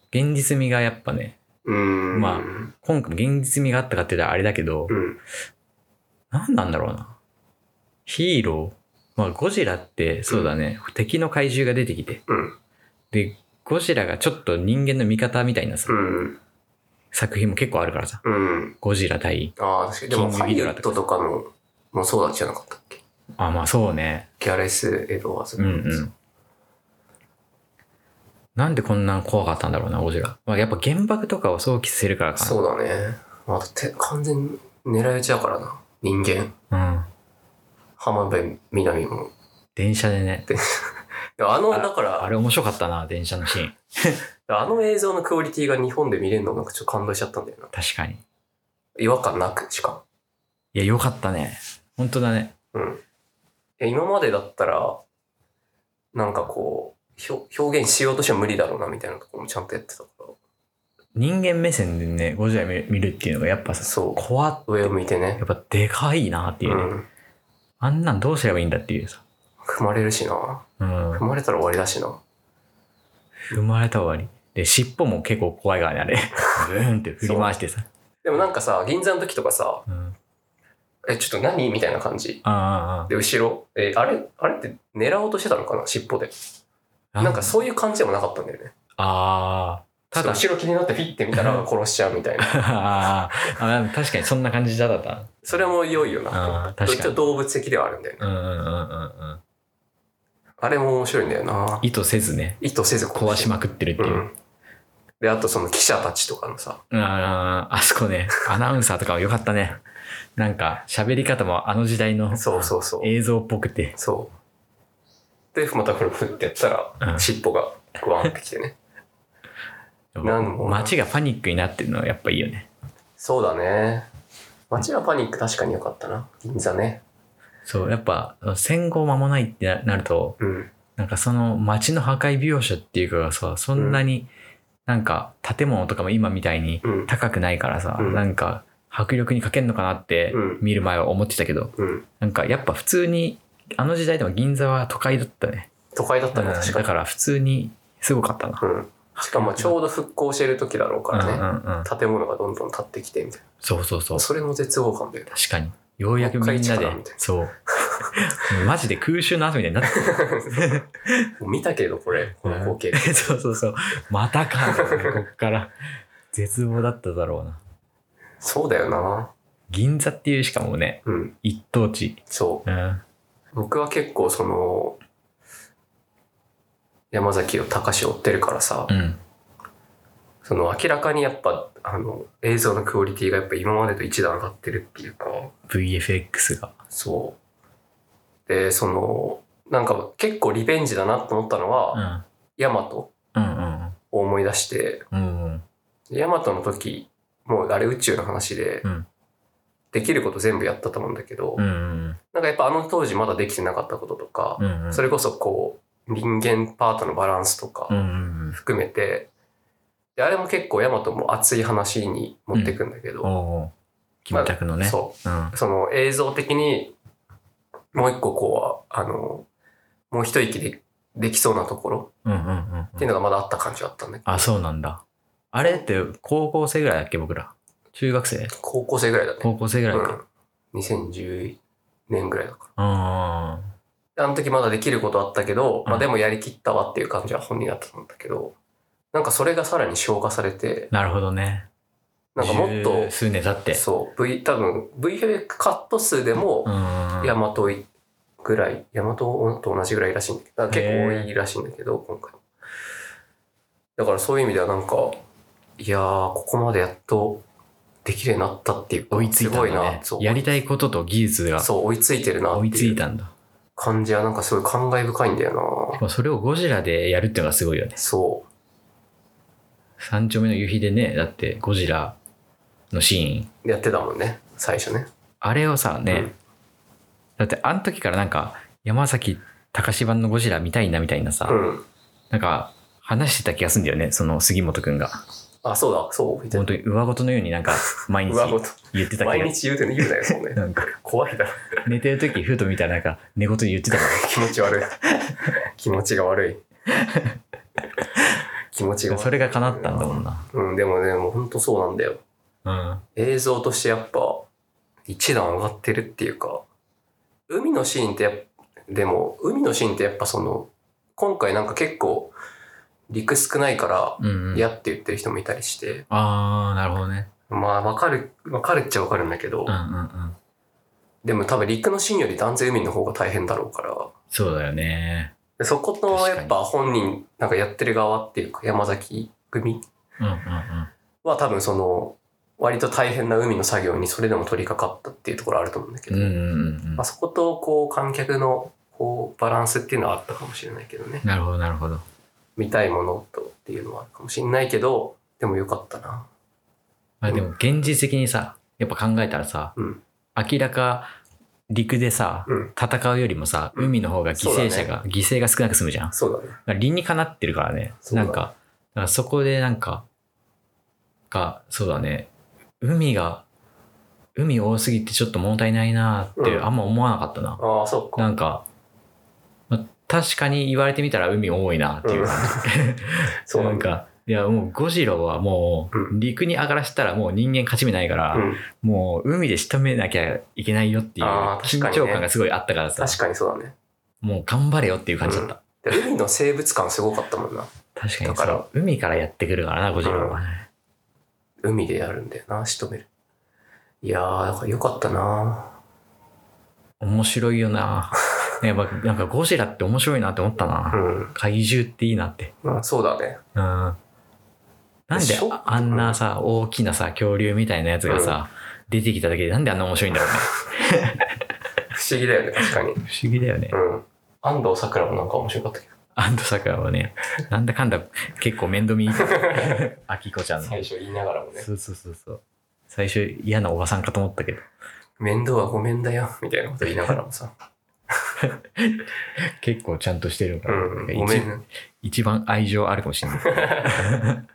現実味がやっぱね、
うん。
まあ
うん。
今回も現実味があったかって言ったらあれだけど、
うん。
何なんだろうな。ヒーローまあゴジラって、そうだね、敵の怪獣が出てきて、
うん
で、ゴジラがちょっと人間の味方みたいなさ、
うん。
作品も結構あるからさ、
うん。
ゴジラ対、
ああ、確かに。でも、
キン
ハ
グギ
リ
ド
ウ
ラ
ッ
とか
ドとかの、もうそうだじゃなかったっけ
あ、まあそうね、
キャレス・エドワーズ。
うんうん。なんでこんな怖かったんだろうな、ゴジラ。まあ、やっぱ原爆とかを想起するからかな。
そうだね。まあ、だって完全に狙い撃ちだからな。人間。
うん。
浜辺美波も。
電車でね。
でもあの、
あ
だから、
あれ面白かったな、電車のシーン。
あの映像のクオリティが日本で見れるのなんかちょっと感動しちゃったんだよな。
確かに。
違和感なく、しかも。
いや、よかったね。本当だね。
うん。え今までだったら、なんかこう、ひょ表現しようとしても無理だろうなみたいなところもちゃんとやってたから。
人間目線でね、ゴジラ見見るっていうのがやっぱさ、
そう。
怖っ。
上を向いてね
や。っぱでかいなっていううね。
ん。
あんなんどうすればいいんだっていうさ。
踏まれるしな。
うん
踏。まれたら終わりだしな。
踏まれた終わり。で、尻尾も結構怖いからね、あれ。ブーンって振り回してさ。
でもなんかさ、銀座の時とかさ、
うん。
え、ちょっと何みたいな感じ。
あ
で、後ろ、え、あれ、あれって狙おうとしてたのかな尻尾で。
あ、あ
なんかそういう感じでもなかったんだよね。
ああ、ただ、
ちょっと後ろ気になってフィッて見た ら殺しちゃうみたいな。
あーあー、確かにそんな感じだった。
それも良いよな。
あー
どっ
確
ち
か
も
に。
動物的ではあるんだよね。
うんうんうんうんうん。
あれも面白いんだよな。
意図せずね、
意図せず
壊しま
く
くってるって
う
いう。
ん。で、あとその記者たちとかのさ、
あーあそこね、アナウンサーとかは良かったね。なんか、喋り方もあの時代の
そうそうそう。
映像っぽくて。
そう。で、またこれ振ってやった
う
ら、
ん
尻尾がグワンってきて ね。なんも
街がパニックになってるのはやっぱいいよね。
そうだね。街はパニック確かに良かったな。銀座ね。
そう、やっぱ戦後間もないってななると、
うん。
なんかその街の破壊描写っていうかがさ、そんなに、なんか建物とかも今みたいに
うん。
高くないからさ、
うん
なんか迫力に欠けんのかなって
うん
見る前は思ってたけど、
うん。
なんかやっぱ普通に、あの時代でも銀座は都会だったね。
都会だったね、
うん
確
だ
か
から普通にすごかったな。
に。うん。しかもちょうど復興してる時だろうからね。
うんうんうん、
建物がどんどん建ってきてみたい
そうそうそう
な。それも絶望感だよね。
確かにようやくみん
も
な
う一回
で
力みたいな
そう マジで空襲の後みたいになって
もう見たけど、これ、この光 景。
てそうそうそうまたかと思ってこっから絶望だっただろうな
そうだよな。
銀座っていうしかもね
うん。
一等地
そ
うん
う。僕は結構その、山崎を高志を追ってるからさ、
うん
その明らかにやっぱ、あの、映像のクオリティがやっぱ今までと一段上がってるっていうか、
VFX が
そう。で、その、なんか結構リベンジだなと思ったの
う
は、
ん
ヤマト
うん
を思い出して、
うんうんうん
ヤマトの時、もうあれ宇宙の話で、
うん
できること全部やったと思うんだけど、
うんうん
なんかやっぱあの当時まだできてなかったこととか、
うんうん
それこそこう、人間パートのバランスとか
うんうん
含めて、であれも結構ヤマトも熱い話に持ってくんだけ
うんお
ど、
おキムタクのね
そう。
うん
その映像的にもう一個こうあのもう一息でできそうなところ
うんうんうん
って
う
い
ん
うのがまだあった感じだったんだけど、
あそうなんだあれって高校生ぐらいだっけ僕ら中学生
高校生ぐらいだね、
高校生ぐらいか
うん、2010年ぐらいだか
うん
らあの時まだできることあったけど、ま
う
あ、
ん
でもやりきったわっていう感じは本人だったんだけどなんかそれがさらに消化されて
なるほどね。
なんかもっと
十数年経って。
そう V 多分 VFX カット数でも
うんうんうん。
ヤマトぐらい、ヤマトと同じぐらいらしいんだけど、だから結構多いらしいんだけど、今回。だからそういう意味ではなんか、いやー、ここまでやっとできるようになったっていうか
追いつい
す
た
ご
ん
い
だ
な
ね。。
そう
やりたいことと技術が
そう、追いついてるな
追
っ
い
て
つ
い
いうたんだ。
感じはなんかすごい感慨深いんだよ
でもそれをゴジラでやるっていうのがすごいよね
な。。そ
三丁目の夕日でね、だってゴジラのシーン。
う。やってたもんね、最初ね。
あれをさ、ね、
うん
だってあの時からなんか山崎隆版のゴジラ見たいなみたいなさ、
うん。
なんか話してた気がするんだよね、その杉本くんが。
あ、そうだ、そう、みたいな。
本当に上ごとのようにな んか毎日
上ごと。
言ってた気が
毎日言うて言うなよ、そんね。
なんか
怖いだろ。
寝てる時ふと見たらなんか寝言言ってたから。
気持ち悪い。気持ちが悪い。気持ちが悪い。
それが叶ったんだもんな。
うん、でもね、もう本当そうなんだよ。
うん。
映像としてやっぱ、一段上がってるっていうか、海のシーンってやっでも、海のシーンってやっぱその、今回なんか結構、陸少ないから、
うん、うん。
嫌って言ってる人もいたりして、
ああ、なるほどね。
まあ、わかる、わかるっちゃわかるんだけど、
うんうんうん。
でも多分陸のシーンより断然海の方が大変だろうから、
そうだよね。
でそことやっ
確
ぱ本人、なんかやってる側っていうか、山崎組
うんうんうん。
は多分その割と大変な海の作業にそれでも取り掛かったっていうところあると思うんだけ
う
ど、
んうんうん
まあ、。そことこう観客のこうバランスっていうのはあったかもしれないけどね
なるほど、なるほど。
見たいものとっていうのはあるかもしれないけどでもよかったな
まあでも、現実的にさ、やっぱ考えたらさ、
うん
明らか陸でさ、
うん
戦うよりもさ、
うん
海の方が犠牲者が、犠牲が少なく済むじゃん。だか
そうだね
ら理にかなってるからね。
そうだ
なんか、だからそこでなんか、が、そうだね。海が、海多すぎてちょっと物足りないなーって、
うん
あんま思わなかったな。
ああそっか
なんか、まあ確かに言われてみたら海多いなっていう感じ。
そう
な
なんんだ
か、いや、もうゴジラはも
う
う、陸に上がらせたらもう人間勝ち目ないから、
うん、
もう海で仕留めなきゃいけないよっていう
あー確か
緊
にね
張感がすごいあったからさ、
確かにそうだね
もう頑張れよっていう感じだった。
で海の生物感すごかったもんな
確かに
だから
そう海からやってくるからな、ゴジラはね。
海でやるんだよな仕留めるいやーだからよかったな
面白い よな。やっぱなんかゴジラって面白いなって思った
う
な。
ん、
怪獣っていいなって。
まあ、そうだね
うん。なんで
でしょ
あんなさ、大きなさ、恐竜みたいなやつがさ、出てきただけでなんであんな面白いんだろうね。
不思議だよね確か に
不思議だよね。
うん安藤サクラもなんか面白かったけど
アンドサクラはね、なんだかんだ結構面倒 見いいから。アキコちゃんの。
最初言いながらもね
そうそうそうそう。最初嫌なおばさんかと思ったけど、
面倒はごめんだよみたいなこと言いながらもさ、
結構ちゃんとしてるか
う
ら、
ん、
なん
ご
か
め
一
ん
一番愛情あるかもしれ ない。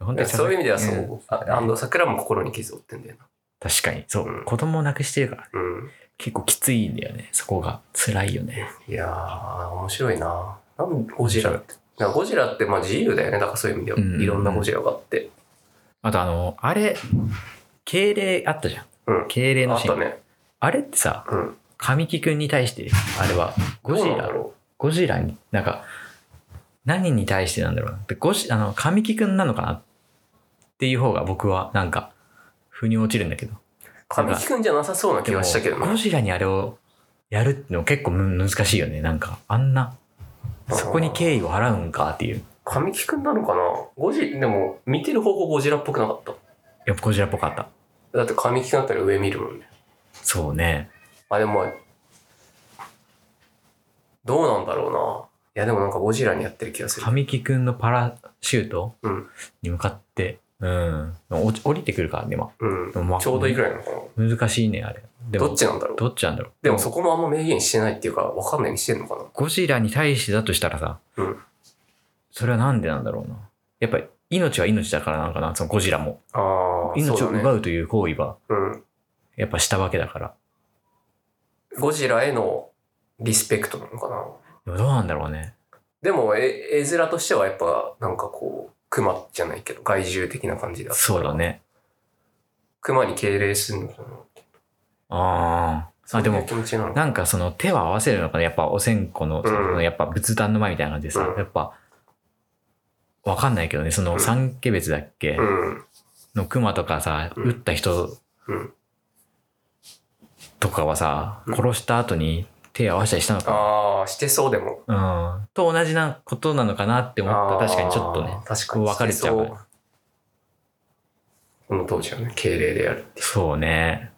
本
ねそういう意味ではそう、
ん
あ安藤サクラも心に傷を負ってんだよな
確かに、そう、
うん
子供を亡くしてるから、
うん
結構きついんだよね。そこが辛いよね。
いやー、面白いな。なんゴジラって。だからゴジラってまあ自由だよね。だからそういう意味では。
うん
いろんなゴジラがあって。
あとあの、あれ、敬礼あったじゃん。
うん。
敬礼
あ
の
っ
シー
た
ン。あ,、
ね。
れってさ、
うん。
神木くんに対して、あれは、ゴジ
どうなん
ラ
だ、ろ
ゴジラに、なんか、何に対してなんだろうな。でゴジあの、神木くんなのかなっていう方が僕は、なんか、腑に落ちるんだけど。
う。神木くんじゃなさそうな気がしたけど
でも
な
ゴ。ジラにあれをやるってのは結構む難しいよね。なんか、あんな、そこに敬意を払うんかっていう。
神木くんなのかなゴジ、でも見てる方向ゴジラっぽくなかった。
やっぱゴジラっぽかった。
だって神木くんだったら上見るもんね。
そうね。
あ、でもまあ、どうなんだろうな。いや、でもなんかゴジラにやってる気がする。
神木くんのパラシュート
うん
に向かって、うん。落ち降りてくるからね、ま
うん
で。もまあ
ちょうどいいくらいなのかな。
難しいね、あれ。でも
どっちなんだろう。
どっちなんだろう。
でもそこもあんま明言してないっていうか、わかんないようにしてんのかな。
ゴジラに対してだとしたらさ、
うん
それはなんでなんだろうな。やっぱり命は命だからなのかな、そのゴジラも。
ああ、
命を
そうだね
奪うという行為は、
うん。
やっぱしたわけだから。
ゴジラへのリスペクトなのかな。
でもどうなんだろうね。
でも、え絵面としてはやっぱ、なんかこう、熊じゃないけど、害獣的な感じだ。
そうだ。ね。
熊に敬礼するのかな。
ああ。あ、で
そういう
も、
気持ちなのか
なんかその手を合わせるのかな、やっぱお線香の、
ん
そのやっぱ仏壇の前みたいな感じでさ、
うん
やっぱ、わかんないけどね、その三家別だっけ、
うん。
の熊とかさ、
うん
撃った人
うん。
とかはさ、
うん
殺した後に手を合わせたりしたのかな
ああ、してそうでも。
うんと同じなことなのかなって思
あ
った
ー
確かにちょっとね。
確か
こ
に。
う分かれちゃう
してそこの当時はね、敬礼でやる。
そうね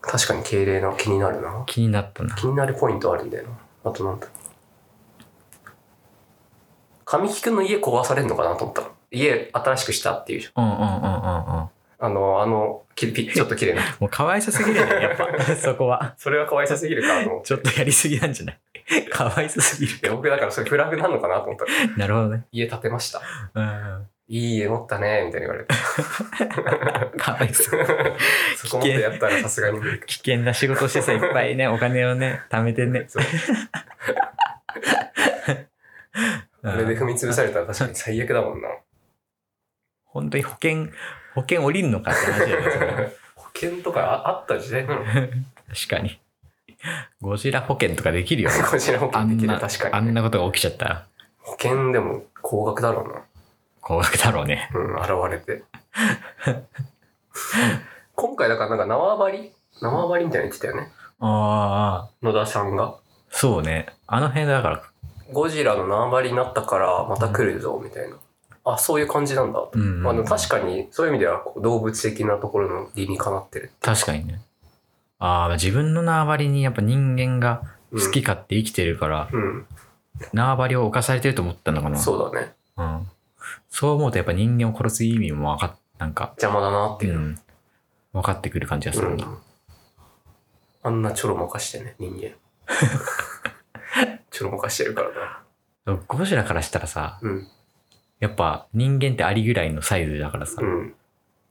確かに敬礼な、気になるな。
気になったな
気になるポイントあるんだよな。あとなんだ神木くんの家壊されるのかなと思ったの。家新しくしたっていうじゃん。
うんうんうんうんうん
あの、あの、きピちょっと綺 麗な。
もうかわいさすぎるよねやっぱ そこは
それは可愛さすぎるかと思って。
ちょっとやりすぎなんじゃない かわいさすぎる
いや僕だからそれフラグなのかなと思ったら、
なるほどね
家建てました。
うんうん
いい家持ったね、みたいに言われ て。
かわいそう
そこまでやったらさすがに無理か。
危険な仕事してさいっぱいねお金をね貯めてね
そう
うん
あれで踏み潰されたら確かに最悪だもんな。
本当に保険保険降りるのかって話だよねそれ は
保険とかああった時代 なの
確かにゴジラ保険とかできるよね
こちら保
あ
険で
ん
きる
な
確か
あ
に、
ん
ね。
なことが起きちゃったら
保険でも高額だろうな。
高額だろうね
うん、現れて。 今回だからなんか縄張り縄張りみたいなの言ってたよね。
ああ
野田さんが。
そうね。あの辺だから、
ゴジラの縄張りになったからまた来るぞみたいな。あ、そういう感じなんだと。
うん
まあでも確かにそういう意味ではこう動物的なところの理にかなってる。
確かにね。ああ、自分の縄張りにやっぱ人間が
うん
好き勝手生きてるから、
うん。
縄張りを犯されてると思ったのかな。う。
そうだね。
ん。そう思うとやっぱ人間を殺す意味もわかっ、なんか、
邪魔だなって
う
いうの。
ん。分かってくる感じがす
う
る
ん
な。
あんなちょろまかしてね、人間。 ちょろまかしてるからな。
ゴジラからしたらさ、
うん。
やっぱ人間ってアリぐらいのサイズだからさ、
うん。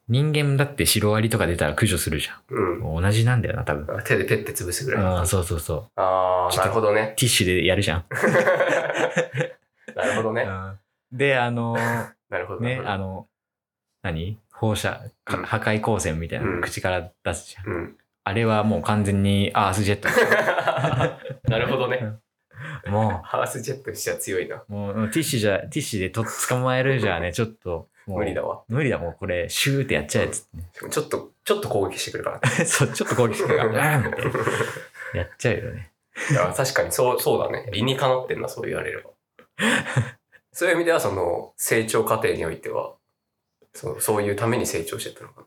人間だってシロアリとか出たら駆除するじゃ
うん
ん。。もう同じなんだよな、多分。
あ手でペッて潰すぐらい。あ
うん、そうそうそう。
あー、なるほどね。
ティッシュでやるじゃん。
なるほどね。
で、あのー
なるほど。
ね、
な
あ
る
の、何放射、か
うん
破壊光線みたいな
う
の
ん
口から出すじゃん。
ほど うん。
あれはもう完全にアースジェット。
なるほどね。
も
ハースジェットにしては強いな。
う、もうティッシュじゃ、ティッシュでと捕まえるじゃね、ちょっと。もう
無理だ。わ。
無理だ、もうこれ、シューってやっちゃえっつっ
しかもちょっと、ちょっと攻撃してくるからね。
て。そう、ちょっと攻撃するから、 うんってやっちゃうよね。
いや確かにそう、そうだね。理にかなってんな、そう言われれば。そういう意味では、その、成長過程においては、そうそういうために成長してったのか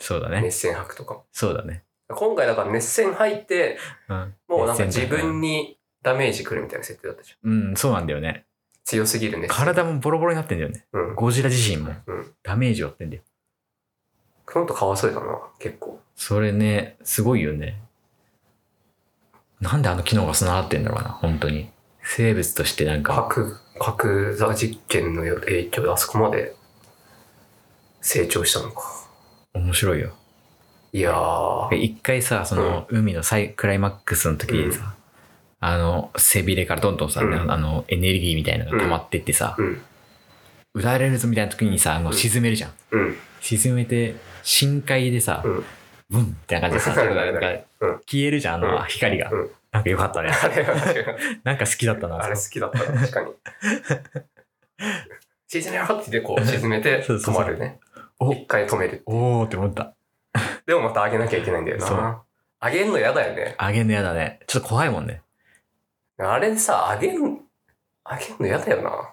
そうだ
な。
ね。
熱戦吐くとかも。
そうだね。
今回だから熱戦吐いて、
うん。
もうなんか自分にダメージくるみたいな設定だったじゃん。
うん、そうなんだよね。
強すぎる熱戦。
体もボロボロになってんだよね。
うん。
ゴジラ自身も
うん。
ダメージを負ってんだよ。
熊本かわいそうだな、結構。
それね、すごいよね。なんであの機能が備わってんだろうな、本当に。生物としてなんか、
核、核座実験の影響であそこまで成長したのか。
面白いよ。
いやー。
一回さ、その、海のサイクライマックスの時にさ、あの、背びれからどんどんさ、
うん
あの、エネルギーみたいなのが溜まってってさ、
うん。
うだれるぞみたいな時にさ、もう沈めるじゃん。
うん。
沈めて、深海でさ、
うん
ブンみたいな感じで さ、
なるほど
なんか
なるうん
消えるじゃん、あの、光が。
うん
なんかよかったね。
あれは違う
なんか好きだったな。
あれ好きだったな確 かに。沈めろって言ってこう沈めて
そうそ
止
うそう
まるね。
お
一回止める。
おーって思った。
でもまた上げなきゃいけないんだよ
そ
な
う。
上げんの嫌だよね。
あげんのやだね。ちょっと怖いもんね。
あれさ、上げん、上げんの嫌だよな。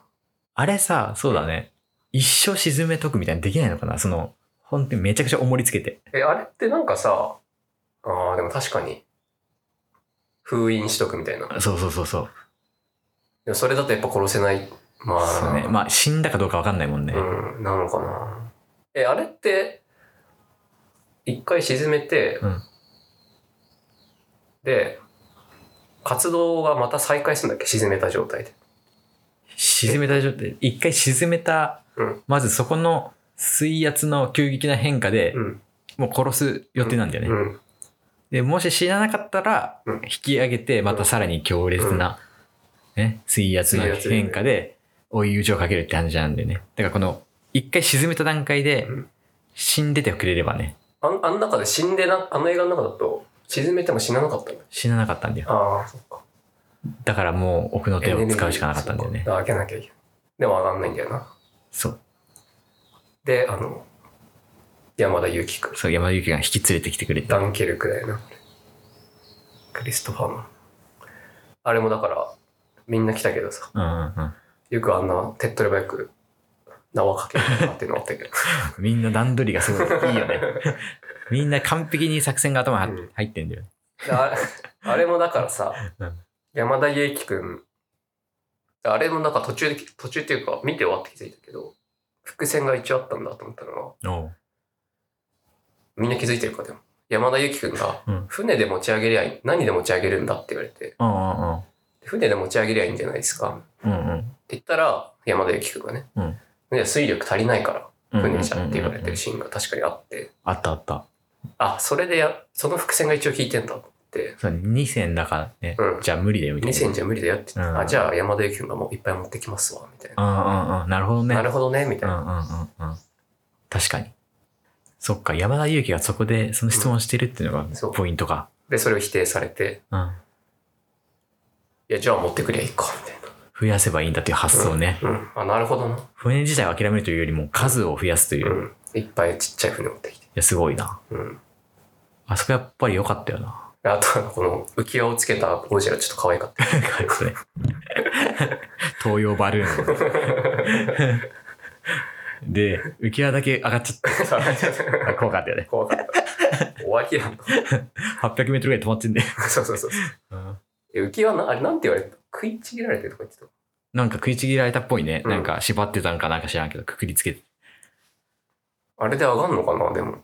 あれさ、そうだね。一生沈めとくみたいにできないのかなその、本当にめちゃくちゃ重りつけて。
え、あれってなんかさ、ああ、でも確かに、封印しとくみたいな。
そうそうそうそう。
でもそれだとやっぱ殺せない。まあ、
そうね。まあ、死んだかどうかわかんないもんね。
うん、なのかな。え、あれって、一回沈めて、
うん
で、活動がまた再開するんだっけ沈めた状態で。
沈めた状態、一回沈めた、
うん
まずそこの水圧の急激な変化で、
うん。
もう殺す予定なんだよね。
うん。
で、もし死ななかったら
うん、
引き上げて、またさらに強烈な、ね、水圧の変化で、追い打ちをかけるって感じなんだよね。だからこの、一回沈めた段階で
うん、
死んでてくれればね、
あんあの中で死んでな、あの映画の中だと、沈めても死ななかったんだ。
死ななかったんだよ。
ああ、そっか。
だからもう奥の手を使うしかなかったんだよね。
開けなきゃいけない。でも上がんないんだよな。
そう。
で、あの、山田裕貴君。
そう、山田裕貴が引き連れてきてくれた。
ダンケルクだよな。クリストファーの。あれもだから、みんな来たけどさ、
うんうんうん。
よくあんな手っ取り早く縄かけるなっていうのあ ったけど。
みんな段取りがすごい。いいよ ね。みんな完璧に作戦が頭
う
に
ん
入ってんだよね。
であれあれもだからさ
うん、
山田裕貴くん、あれもなんか途中で、途中っていうか見て終わって気づいたけど、伏線が一応あったんだと思ったのは、
おう
みんな気づいてるかでも。山田裕貴くんが
うん、
船で持ち上げりゃいい、何で持ち上げるんだって言われて、
うんうん
船で持ち上げりゃいいんじゃないですか
うん。うんう
っ
ん。
て言ったら、山田幸くんがね、
うん
で水力足りないから、
うんうんうんう
船
ん
じゃんって言われてるシーンが確かにあって、
あったあった。
あ、それでや、その伏線が一応引いてんだと思って、
そう、2戦だからね
うん。
じゃあ無理だよ、みたいな。
2000じゃ無理だよって言って、
うん
あ、じゃあ山田幸くんがもういっぱい持ってきますわ、みたいな。
うんうんうん。なるほどね。
なるほどね、みた
う
い
んう
な。
んうんうん。確かに。そっか、山田裕貴がそこでその質問してるっていうの
んそ
が
う
ポイントか。
で、それを否定されて、
うん。
いや、じゃあ持ってくりゃいいか、みたい
増やせばいいんだという発想ね。
な。うん。あ、なるほどな。
船自体を諦めるというよりも数を増やすという。
う
い
ん。いっぱいちっちゃい船持ってきて。
や、すごいな。
うん。
あそこやっぱり良かったよな。
あと、この浮輪をつけたゴジラちょっと可愛か った。
なんかね東洋バルー ン。で、浮き輪だけ上がっちゃった。怖かったよね。
怖かった。終わりやん。
800メートルぐらい止まってんだよ。
そうそうそう。え浮き輪な、あれなんて言われた食いちぎられてるとか言ってた。
なんか食いちぎられたっぽいね。
うん
なんか縛ってたんかなんか知らんけど、くくりつけて。
あれで上がんのかなでも。っ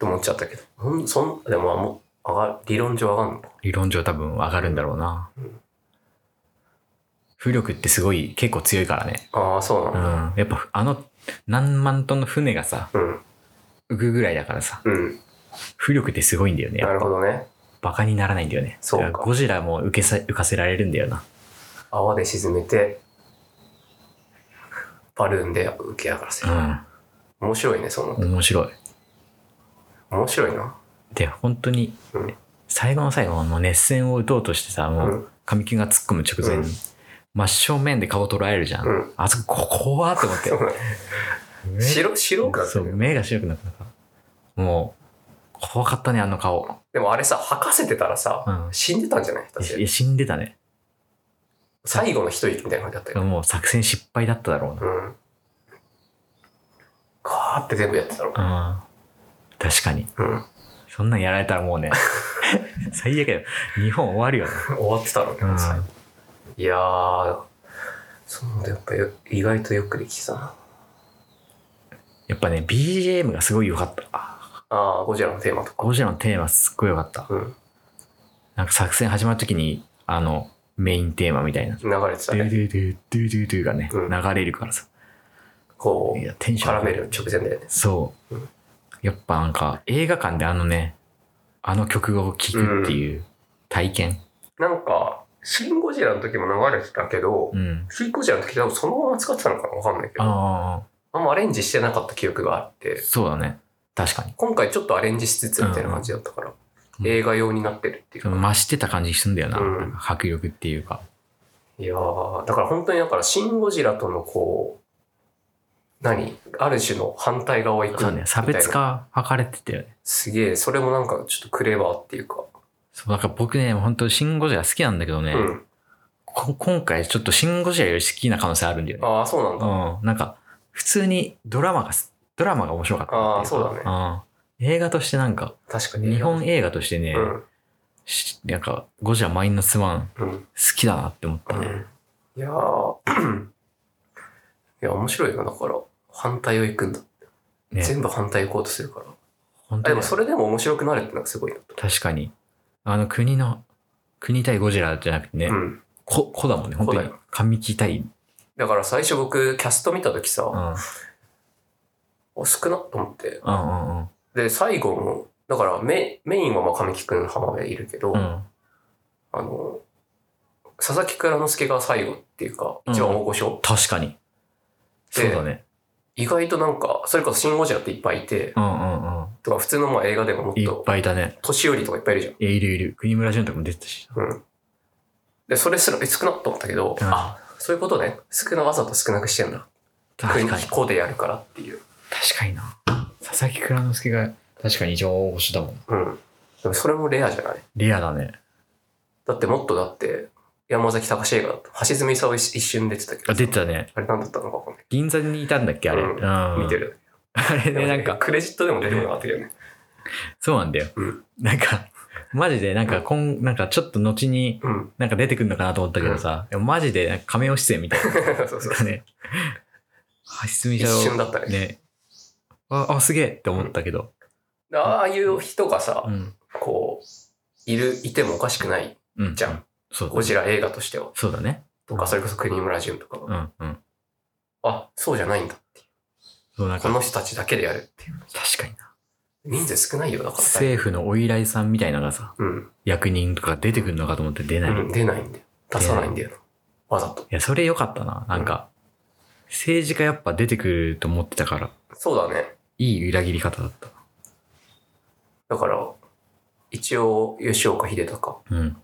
て思っちゃったけど。ほんそんでもあもう上が理論上上がんのか。
理論上多分上がるんだろうな。
うん
浮力ってすごい結構強いからね。
ああ、そうな
うん
だ。
ん。やっぱあの何万トンの船がさ、
うん。
浮くぐらいだからさ、
うん。
浮力ってすごいんだよね。
なるほどね。
バカにならないんだよね。
そうか
だらゴジラも浮けさ浮かせられるんだよな。
泡で沈めて、張るんで受け上がらせる。面白いね、その
う。ん。面白い。
面白いな。
で、本当に
うん、
最後の最後はもう熱戦を打とうとしてさ、も
う
う、神木が突っ込む直前に、
うん
真正面で顔捉えるじゃん。
うん
あそこ、ここはと思って
そ。う
め
白、白くなって
そう、
るよ。
目が白くなったから。もう、怖かったね、あの顔。
でもあれさ、吐かせてたらさ、
うん
死んでたんじゃない下手す
い
る
や死んでたね。
最後の一息みたいな感じだったよ。
もう作戦失敗だっただろうな。
うん。ガーって全部やってたろ。
うん。確かに。
うん。
そんなんやられた らもうね、最悪だよ。日本終わるよね。
終わってたろうね、
うん
最後いやー、そうだ、やっぱよ意外とよくできてたな。
やっぱね、BGM がすごい良かった。
ああ、ゴジラのテーマとか。
ゴジラのテーマすっごい良かった。
うん。
なんか作戦始まるときに、あの、メインテーマみたいな。ド
流れてた
ゥド
ね。
ゥドゥ、ドゥドゥドゥがね、
うん
流れるからさ。
こ、
いうや、テンション上
絡
が
める直前だよね。
そう
うん。
やっぱなんか、映画館であのね、あの曲を聴くっていう体験。
なんか、シン・ゴジラの時も流れてたけど、
うん。
シン・ゴジラの時多分そのまま使ってたのかなわかんないけど、あ
あ
んまアレンジしてなかった記憶があって
あ、、そうだね。確かに。
今回ちょっとアレンジしつつみたいな感じだったから、
うん
映画用になってるっていうか、
増してた感じするんだよな。
うん
なんか迫力っていうか。
いやーだから本当にだから、シン・ゴジラとのこう、何ある種の反対側行く
そうね。差別
みたいな
化図れてたよね。
すげえ、それもなんかちょっとクレバーっていうか、
そう、なんか僕ね、本当シン・ゴジラ好きなんだけどね、
うん。
こ今回ちょっとシン・ゴジラより好きな可能性あるんだよね。
ああ、そうなんだ。
うん。なんか、普通にドラマがす、ドラマが面白かったってい
あーそうだね
か。うん。映画としてなんか、
確かに。
日本映画としてね、
うん。
しなんか、ゴジラマイナスワン
うん。
好きだなって思ったね。
いやー いや、面白いよ。だから、反対を行くんだ。
ね
全部反対行こうとするから。
本
あ
当
で
に
も、。それでも面白くなるってのがすごいなと。
確かに。あの、国の、国対ゴジラじゃなくてね、
うん。
こ、こだもんね、本当に
こ。
神木対、
だから、最初僕、キャスト見たとき
う
さ、
ん。
お少なと思って。
うんうんうん。
で、最後も、だからメ、メインはまあ神木くん、浜辺いるけど、
うん。
あの、佐々木蔵之介が最後っていうか、一番大御所。
確かに。そうだね。
意外となんか、それこそシン・ゴジラっていっぱいいて、
うんうんうん。
とか、普通のまあ映画でももっ
いっ
と、
ぱいいたね。
年寄りとかいっぱいいるじゃん。
いやいるいる。国村淳とかも出てたし。
うん。で、それすら、え、少なと思ったけど、
うん
あ、そういうことね。少な、わざと少なくしてんだ。
確かに。
に
確
こうでやるからっていう。
かにな。佐々木蔵之介が確かに一番大御所だもん。
うん。でもそれもレアじゃない
レアだね。
だってもっとだって、山崎隆映画だと、橋爪功一一瞬出てたけど。
あ、出てたね。
あれ何だったのかわかんない。
銀座にいたんだっけあれ。
う
うんん。
見て。る。
あれね、な
で
ん
も
か、
クレジットでも出てこなかったけどね。
そうなんだよ
うん。
なんか、マジで、なんか、こん、なんか、ちょっと後に、
うん。
なんか出てくるのかなと思ったけどさ、でもマジで、なんか仮面を出演みたいな。
そうそ
な。
うん
かね、はしすみ
一
ちゃ
瞬
ん
だったね。
ね、あ、あ、すげえって思ったけど。
ああいう人がさ、
うん。
こう、いる、いてもおかしくない
うん。
じゃん。
そうだ
ゴ
ね。
ジラ映画としては。
そうだね。
とか、それこそ国村淳とかが、
うんうん。
あ、そうじゃないんだっていう。
そう、なん
こ
か、
の人たちだけでやるっていう。
確かにな。
人数少ないよ、だから。
政府のお依頼さんみたいなのがさ、
うん。
役人とか出てくるのかと思って出ない。
うん
い
出ないんだよ。出さないんだよな。わざと。
や、それ良かったな。なんか、政治家やっぱ出てくると思ってたから、
そうだね。
いい裏切り方だった。
だから、一応、吉岡秀隆
うん。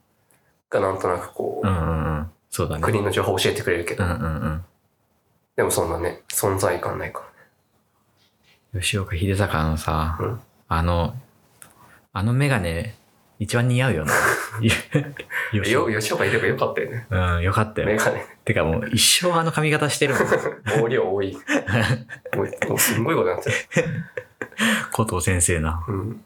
がなんとなくこ
うんうんうん。そうだ
う、
ね。
国の情報を教えてくれるけ
う
ど、
んうん
でもそんなね、存在感ないからね。
うん。吉岡秀隆のさ、
うん
あの、あのメガネ、一番似合う よな。よし
よ、吉岡秀隆よかったよね。
うん、よかった
メ
よ。
ガネ。
てかもう一生あの髪型してるも ん。
毛量 多い。もうもうすんごいことになってる。
コトー先生な。
うん。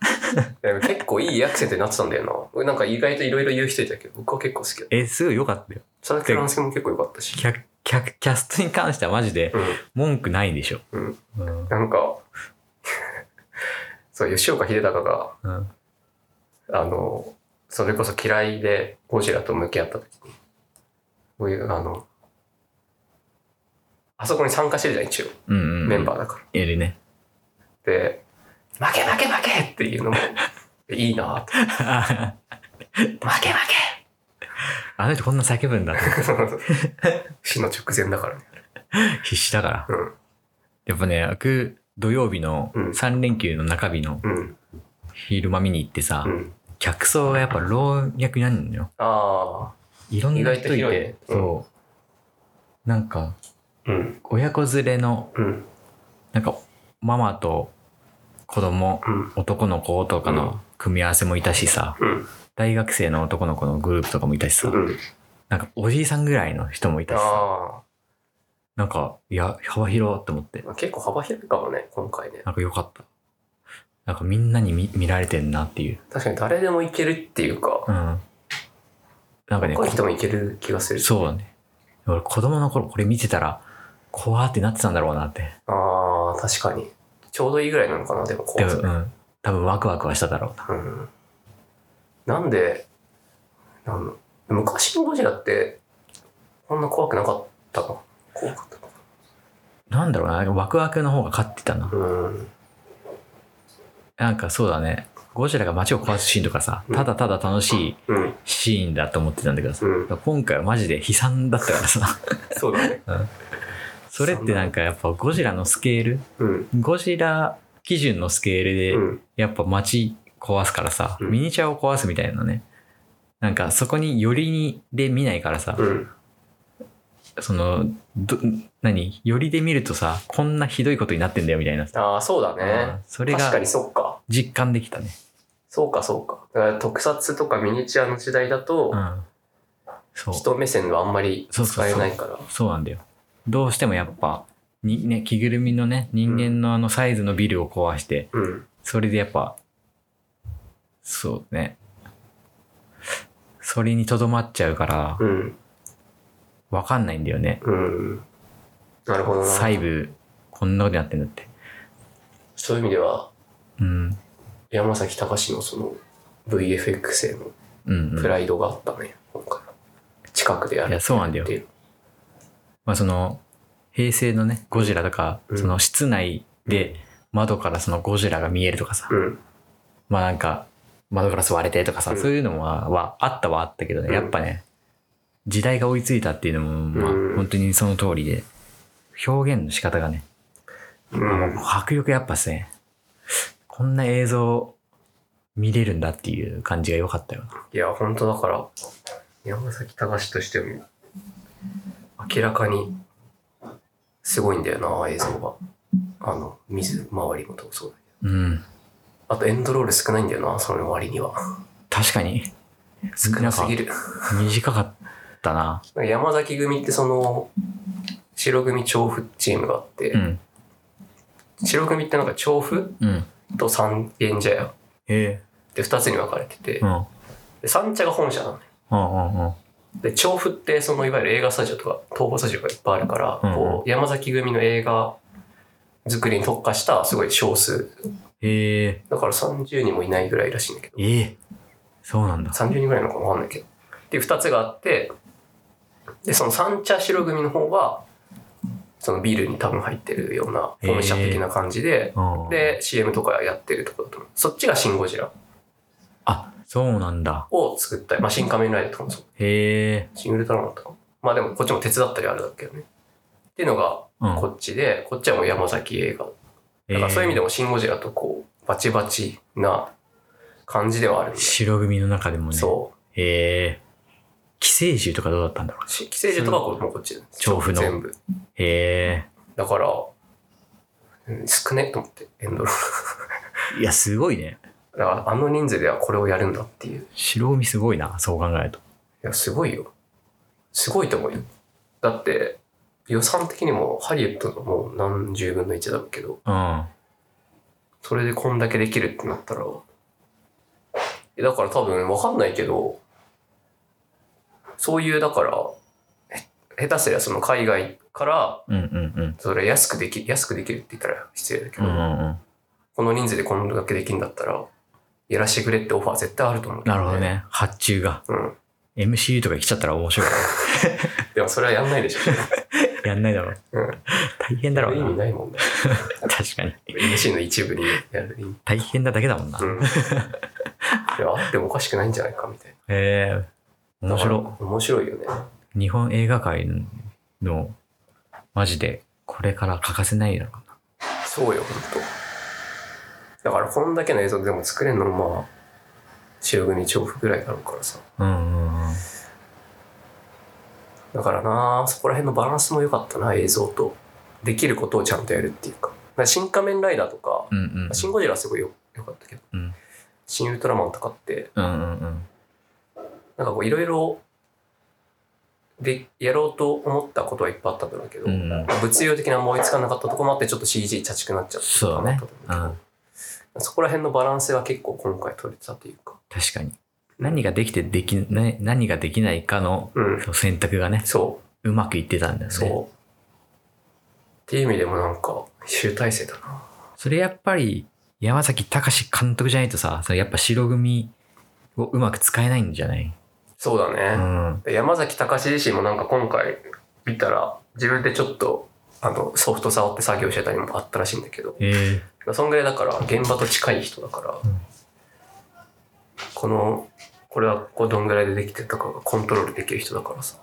でも結構いいアクセントになってたんだよな。なんか意外といろいろ言う人いたけど、僕は結構好きだった。
え、すごい良かったよ。
佐々木朗介も結構良かったし。
キャキャキャストに関してはマジで
うん。
文句ないでしょ。
うん。
うん。
なんか、 そう、吉岡秀隆が、
うん。
あの、それこそ嫌いでゴジラと向き合った時に、こういう、あの、あそこに参加してるじゃん、一応、
うん、うん。
メンバーだから。
ー。いるね。
で、負け負け負けっていうのも、 いいな ぁと。
あ
負け 負
の人こんな叫ぶんだって。
け死の直前だからね。
必死だから。
うん
やっぱね、僕、土曜日の
うん
3連休の中日の
うん。
昼間見に行ってさ、
うん。
客層がやっぱ老若になるのよ。
あ
いろんな
意外と
人い
広い
て
ね、
そう。なんか、
あ。うん。
親子連れの、
うん。
なんか、ママと子供、
うん。
男の子とかの組み合わせもいたしさ、
うん。
大学生の男の子のグループとかもいたしさ、
うん。
なんかおじいさんぐらいの人もいたしさ、
あ
なんか、いや、幅広って思って、
あ。結構幅広いかもね、今回ね。
なんか良かった。なんかみんなに見見られてんなっていう。
確かに誰でもいけるっていうか、
うん。なんかね、
若い人もいける気がする。
そうだね。俺子供の頃これ見てたら、怖ってなってたんだろうなって。
ああ、確かに。ちょうどいいぐらいなのかな、でも怖
でも、
さ
う。ん。多分ワクワクはしただろうな。
うん。なんで、なん昔のゴジラって、こんな怖くなかったか。怖かったか。
なんだろうな、なんかワクワクの方が勝ってたな。
うん。
なんかそうだね。ゴジラが街を壊すシーンとかさ、ただただ楽しい
うん。
シーンだと思ってたんだけどさ
う、ん。
今回はマジで悲惨だったからさ、
そうだね。
それってなんかやっぱゴジラのスケール、
うん。
ゴジラ基準のスケールで
う、ん。
やっぱ街壊すからさ、
うん
ミニチュアを壊すみたいなね。なんかそこに寄りにで見ないからさ、
うん。
その、ど、何寄りで見るとさ、こんなひどいことになってんだよみたいなさ。
ああ、そうだ
う
ね
ん。それ
確か
が
にそっか。
実感できたね。
そうか、そうか。だから特撮とかミニチュアの時代だ
う
と、
ん。そう。
人目線はあんまり
そうそうそう
使えないから。
そうなんだよ。どうしてもやっぱ、にね、着ぐるみのね、人間のあのサイズのビルを壊して、
うん。
それでやっぱ、そうね。それにとどまっちゃうから、
うん。
わかんないんだよね。
うん。なるほどな。
細部、こんなことになってんだって。
そういう意味では、
うん。
山崎隆のその VFX への
うん、うん。
プライドがあったね、今回近くでや
い
る
や、そうなんだよ
って。いう
まあその、平成のね、ゴジラとか、
うん
その室内で窓からそのゴジラが見えるとかさ、
うん
まあなんか、窓ガラス割れてとかさ、
うん
そういうのもははあったはあったけどね、
うん
やっぱね、時代が追いついたっていうのも、まあ
うん
本当にその通りで、表現の仕方がね、
うん
迫力やっぱっすね、こんな映像見れるんだっていう感じが良かったよな。
いや本当だから山崎隆としても明らかにすごいんだよな映像があの水回りもどうそうだけ
うん。
どあとエンドロール少ないんだよなその割には
確かに、
少なすぎる
短かったな。
山崎組ってその白組調布チームがあって、
うん。
白組ってなんか調布
うん。
と三軒茶屋
え
で2つに分かれてて、
えうん。
で三茶が本社なのね
うんうんうん。
で調布ってそのいわゆる映画スタジオとか東宝スタジオがいっぱいあるから、
うんうん
こう山崎組の映画作りに特化したすごい少数
ええ
だから30人もいないぐらいらしいんだけど
ええそうなんだ。
30人ぐらいなのかわかんないけどっていう2つがあってでその三茶白組の方はそのビルに多分入ってるような本社的な感じで、
うん、
で CM とかやってるとこだと思うそっちが「シン・ゴジラ
あ、そうなんだ」。
を作ったり、まあ、新仮面ライダーとかもそう
へえ。
シン・ウルトラマンとかもまあでもこっちも手伝ったりあるだけどねっていうのが
うん。
こっちで、こっちはもう山崎映画。
え
だからそういう意味で
も。
もシン・ゴジラとこう、バチバチな感じではあるんで。
白組の中でもね。
そ
へえ。寄生獣とかどうだったんだろう
う。。し寄生獣とかはこうもうこっちで。
調布の
全部。
へ
だから、うん少ねえと思って、エンドロー
え。いや、すごいね。
ル。だからあの人数ではこれをやるんだっていう。い
白組すごいな、そう考えると。
や、すごいよ。すごいと思うよ。だって、予算的にもハリウッドのもう何十分の1だろうけど、
うん。
それでこんだけできるってなったらえだから多分わかんないけどそういうだからへ下手すりゃその海外から
うんうん
それ安くでき安くできるって言ったら失礼だけ
うん。う
ど、
んうんうん。
この人数でこんだけできるんだったらやらしてくれってオファー絶対あると思う、
なるほど。ね。発注が。
うん
MCU とか来ちゃったら面白い。
でもそれはやんないでしょ。
やんないだろう。
うん。
大変だろ
意
う
味
な。
ないもんね。
確かに。
MC の一部にやる意味。
大変なだけだもんな。
う
へ
ん。いや、あってもおかしくないんじゃないかみたい
え。
な。
面白。
い。面白いよね。
日本映画界のマジで、これから欠かせないだろうな。
そうよ、ほんと。だから、こんだけの映像でも作れるのも、まあ、白組調布ぐらいあるからさ。
うんうんうん。
だからな、そこら辺のバランスも良かったな、映像と。できることをちゃんとやるっていうか。だから新仮面ライダーとか、
うんうんうん。
シン・ゴジラはすごいよ良かったけど、
うん
シン・ウルトラマンとかって、
うんうんうん。
なんかこう、いろいろ、で、やろうと思ったことはいっぱいあったんだろうけど、
うんうん
物量的な思いつかなかったとこもあって、ちょっと CG ちゃちくなっちゃったとこもあったと思うけ
う
ど
ん。
そこら辺のバランスが結構今回取れてたというか。
確かに。何ができてできない、何ができないかの
うん。
選択がね、
そう
まくいってたんだ
う、
よね。
そう。っていう意味でもなんか、集大成だな。
それやっぱり山崎隆監督じゃないとさ、それやっぱ白組をうまく使えないんじゃない
そうだ
う
ね。
ん。
山崎隆自身もなんか今回見たら、自分でちょっと、あの、ソフト触って作業してたりもあったらしいんだけど、
ええ
そんぐらいだから、現場と近い人だから、
うん
この、これはこうどんぐらいでできてたかがコントロールできる人だからさ、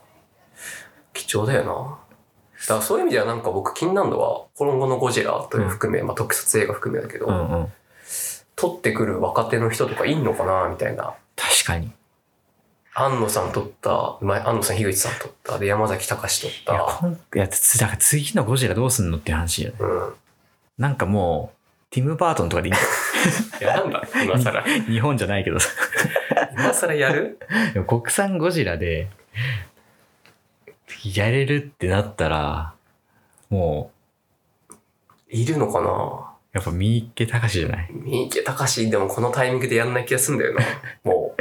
貴重だよな。だからそういう意味ではなんか僕、気になるのは、今後のゴジラという含め、まあ特撮映画含めだけど、
うんうん。
撮ってくる若手の人とかいんのかなみたいな。
確かに。い
安野さん撮った、前安野さん、樋口さん撮った、で、山崎隆撮っ
や、
た。
こんいやつだから次のゴジラどうすんのっていう話よね。
うん。
なんかもう、ティム・バートンとかでいい
いや、なんだ、今更。
日本じゃないけどさ。
今更やる
でも国産ゴジラで、やれるってなったら、も
いるのかな
う、やっぱ三池隆じゃない
三池隆、でもこのタイミングでやんない気がするんだよ な。も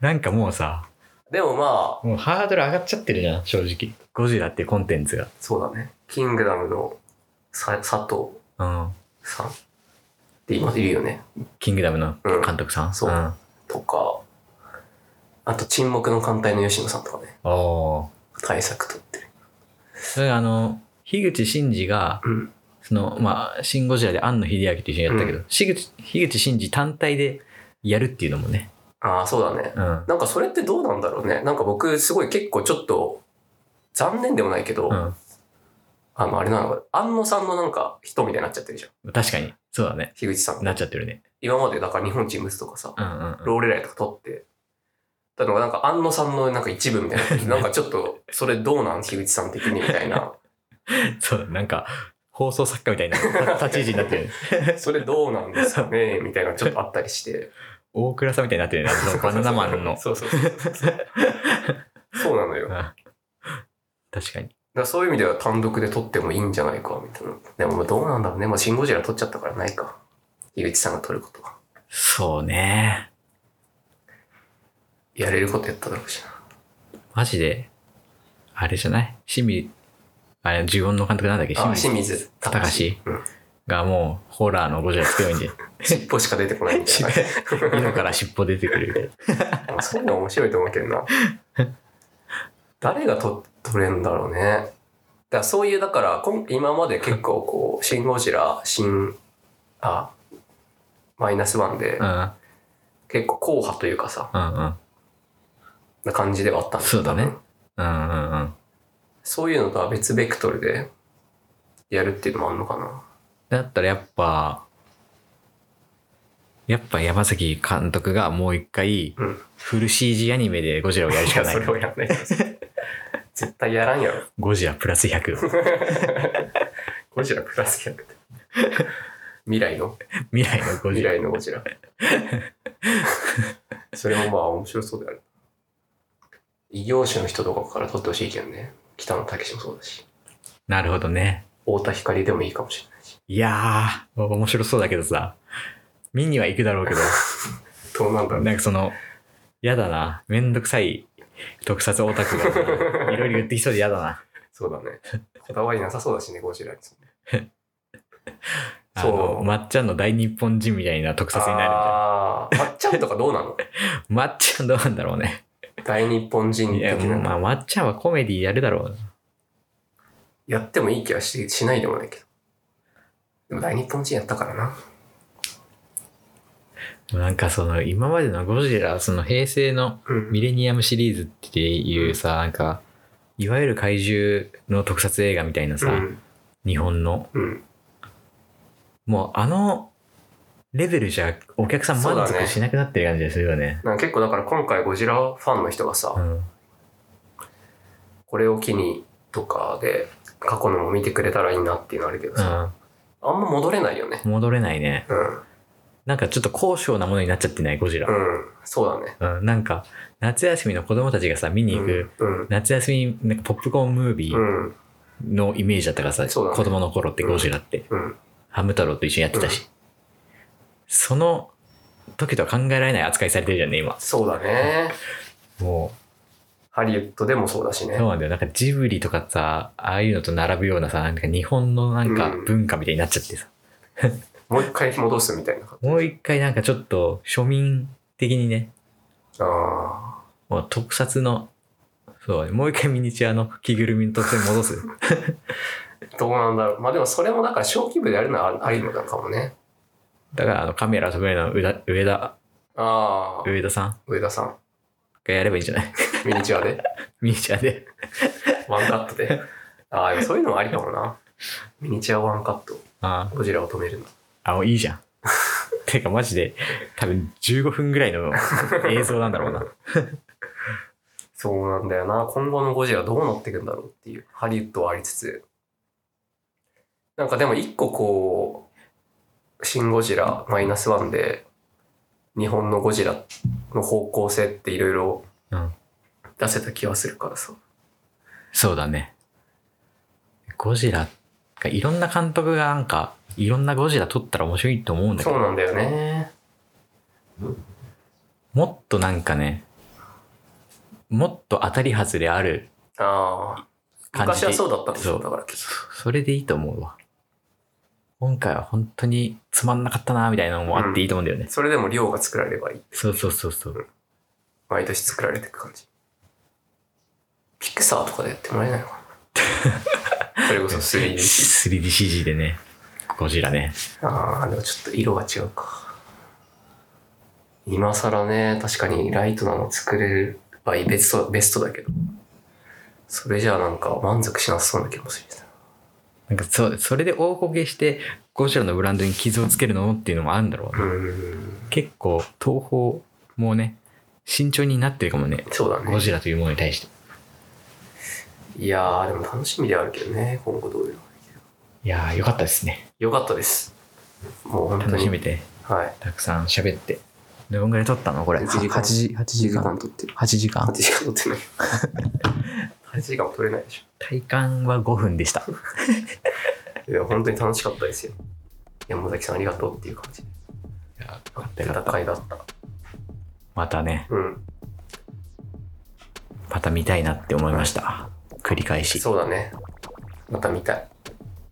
なんかもうさ、
う。でもまあ、
もうハードル上がっちゃってるじゃん、正直。ゴジラっていうコンテンツが。
そうだね。キングダムのさ佐藤
うん。
さんって今いるよね。
キングダムの監督さん、
んそう
あ
とか、あと、沈黙の艦隊の吉野さんとかね。
あー。
対策撮ってる。
それあの、樋口真嗣が、
うん。
その、まあ、シン・ゴジラで庵野秀明と一緒にやったけど、樋口樋口真嗣単体でやるっていうのもね。
ああ、そうだね。
うん。
なんかそれってどうなんだろうね。なんか僕すごい結構ちょっと残念でもないけど、
うん。
あのあれなのか、安野さんのなんか人みたいになっちゃってるじゃん。
確かに。そうだね。
樋口さん。
なっちゃってるね。
今までだから日本チームズとかさ、
うんうんうん。
ローレライとか撮って、だからなんか安野さんのなんか一部みたいに なってて、なんかちょっとそれどうなん樋口さん的にみたいな。
そうだ、なんか、放送作家みたいな立ち位置になってる、ね。
それどうなんですかねみたいなのちょっとあったり して。
大倉さんみたいになっ てるね。あのバナナマンの。
そうそうそうそう。そうなのよ。
う
だか
ん確かに。
らそういう意味では単独で撮ってもいいんじゃないか、みたいな。でもまあどうなんだろうね。まあ、シン・ゴジラ撮っちゃったからないか。井口さんが撮ることは。
そうね。
やれることやっただろうしな。
マジで、あれじゃない清水、あれ、呪音の監督なんだっけ
あ、清水
高橋
うん
がもうホラーのゴジラ作る んで、
尻尾しか出てこないみたい な。
色から尻尾出てくるみたいな。
でもそういうの面白いと思うけどな。 誰がと取れんだろうね。だからそういう、だから今今まで結構こ う、シン・ゴジラ、シン、あ、マイナスワンで、結構硬派というかさ、
うんうんうん。
な感じではあったんだ
そうだね。
多分
うんうんうん。
そういうのとは別ベクトルでやるっていうのもあんのかな。
だったらやっぱ、やっぱ山崎監督がもう一回
うん、
フル CG アニメでゴジラをやるしかな い
そ。れをやん ないと。絶対やらんやろ。
ゴジラプラス100。
ゴジラプラス100って。未来の
未来のゴジ
未
ラ。
来のゴジラ。それもまあ面白そうである。異業種の人とかから撮ってほしいけどね。北野武もそうだし。
なるほどね。
太田光でもいいかもしれないし。
いやー、面白そうだけどさ、見には行くだろうけど。
どうなんだろうね。
なんかその、やだな。めんどくさい特撮オタ クが、いろいろ言ってきそうでやだな。
そうだね。こだわりなさそうだしね、ゴジラに。
あ
そ
の、
う
まっちゃんの大日本人みたいな特撮になるんじゃ
ああ、まっちゃんとかどうなの
ん。まっちゃんどうなんだろうね。
大日本人
い
的
や、
な。
まあ、まっちゃんはコメディやるだろうな。
やってもいい気はししないでもないけど。でも大日本人やったからな。
でもなんかその、今までのゴジラ、その平成の
うん
ミレニアムシリーズっていうさ、なんか、いわゆる怪獣の特撮映画みたいなさ、
うん
日本の
うん
もうあのレベルじゃお客さん満
そうだ
足
ね
しなくなってる感じがするよね
なんか結構だから今回ゴジラファンの人がさ、
うん
これを機にとかで過去のも見てくれたらいいなっていうのあるけど
う
さ、あんま戻れないよね
ん戻れないね
うん
なんかちょっと高尚なものになっちゃってないゴジラ、
うんそうだね
うんなんか夏休みの子供たちがさ見に行く、
うん
夏休みなんかポップコーンムービ
う
ー
ん
のイメージだったからさ、
そうだね
子供の頃ってゴジラって、
うん
ハム太郎と一緒にやってたし、その時とは考えられない扱いされてるじゃんね今
そうだね
も
ハリウッドでもそうだし
う
ね
そうなんだよなんかジブリとかさああいうのと並ぶようなさなんか日本のなんか
うん
文化みたいになっちゃってさ、
もう一回戻すみたいな感じ
もう一回なんかちょっと庶民的にね
あ
もう特撮のそうねもう一回ミニチュアの着ぐるみの特撮に戻す
あどうなんだろうまあでもそれもだから小規模でやるのはありのなんかもね
だからあのカメラ飛べるの上田上田
ああ
上田さん
上田さん
がやればいいんじゃない
ミニチュアで
ミニチュアで
ワンカットでああそういうのもありかもなミニチュアワンカット
あ
ゴジラを止めるの
ああいいじゃん てかマジで多分15分ぐらいの映像なんだろうな
そうなんだよな。今後のゴジラどうなっていくんだろうっていう、ハリウッドはありつつ。なんかでも一個こう、シン・ゴジラマイナスワンで、日本のゴジラの方向性っていろいろ
うん
出せた気はするからさ。
そうだね。ゴジラが、いろんな監督がなんか、いろんなゴジラ撮ったら面白いと思うんだけ
そう
ど、
なんだよね。
もっとなんかね、もっと当たり外れある。
ああ。
感じ
昔はそうだったんでし
そ
ょ、
う
だからきっ
それでいいと思うわ。今回は本当につまんなかったな、みたいなのもあっていいと思うんだよね。
と。それでも量が作られればいい。
そうそうそうそう。
毎年作られていく感じ。ピクサーとかでやってもらえないのか な。それこそ 3D。
3DCG でね、ゴジラね。
ああ、でもちょっと色が違うか。今更ね、確かにライトなの作れる場合ベスト、ベストだけど。それじゃあなんか満足しなさそうな気もする
なんかそう、それで大こけして、ゴジラのブランドに傷をつけるのっていうのもあるんだろうね
うーん。
結構東宝もね慎重になってるかもね
そうだ
ゴ
ね。
ジラというものに対して
いやー、でも楽しみではあるけどね、今後どういうのができるか
いやーよかったですね
よかったです。もう本当に。
楽しめて
はい。
たくさん喋ってどんぐらい撮ったのこれ
一時間
8時8時間
撮ってる。
8時
8
間
時間撮ってない。8時間も撮れないでし
体感は5分でした
ょ。いや、本当に楽しかったですよ。山崎さんありがとうっていう感じ。
よかった
戦いだった。
またね
うん。
また見たいなって思いました繰り返し
そうだね。また見たい。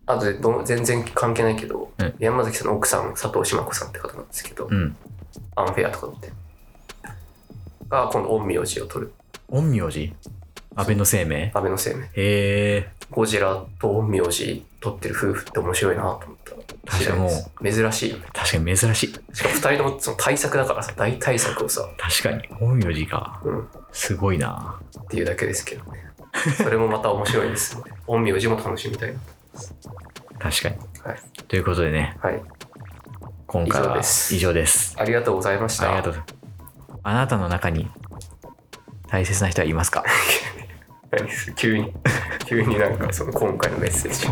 あとでど、全然関係ないけど、
うん
山崎さんの奥さん、佐藤志麻子さんって方なんですけど、
うん
アンフェアとかって。が、今度、陰陽師を取る。
陰陽師安倍の生命へ
安倍の生命。
え
ゴジラと陰陽師取ってる夫婦って面白いなと思った。
確かにもう
珍しいよね。
確かに珍しい
しかも二人ともその対策だからさ、大対策をさ、
確かに陰陽師か
うん、っ
すごいな
ていうだけですけどね。それもまた面白いです ので、陰陽師も楽しみたいな。
確かに、
はい
ということでね
はい。
今回
以上
は
です
以上です。
ありがとうございました。
ありがとうございます。あなたの中に大切な人はいますか
何急に急になんかその今回のメッセージ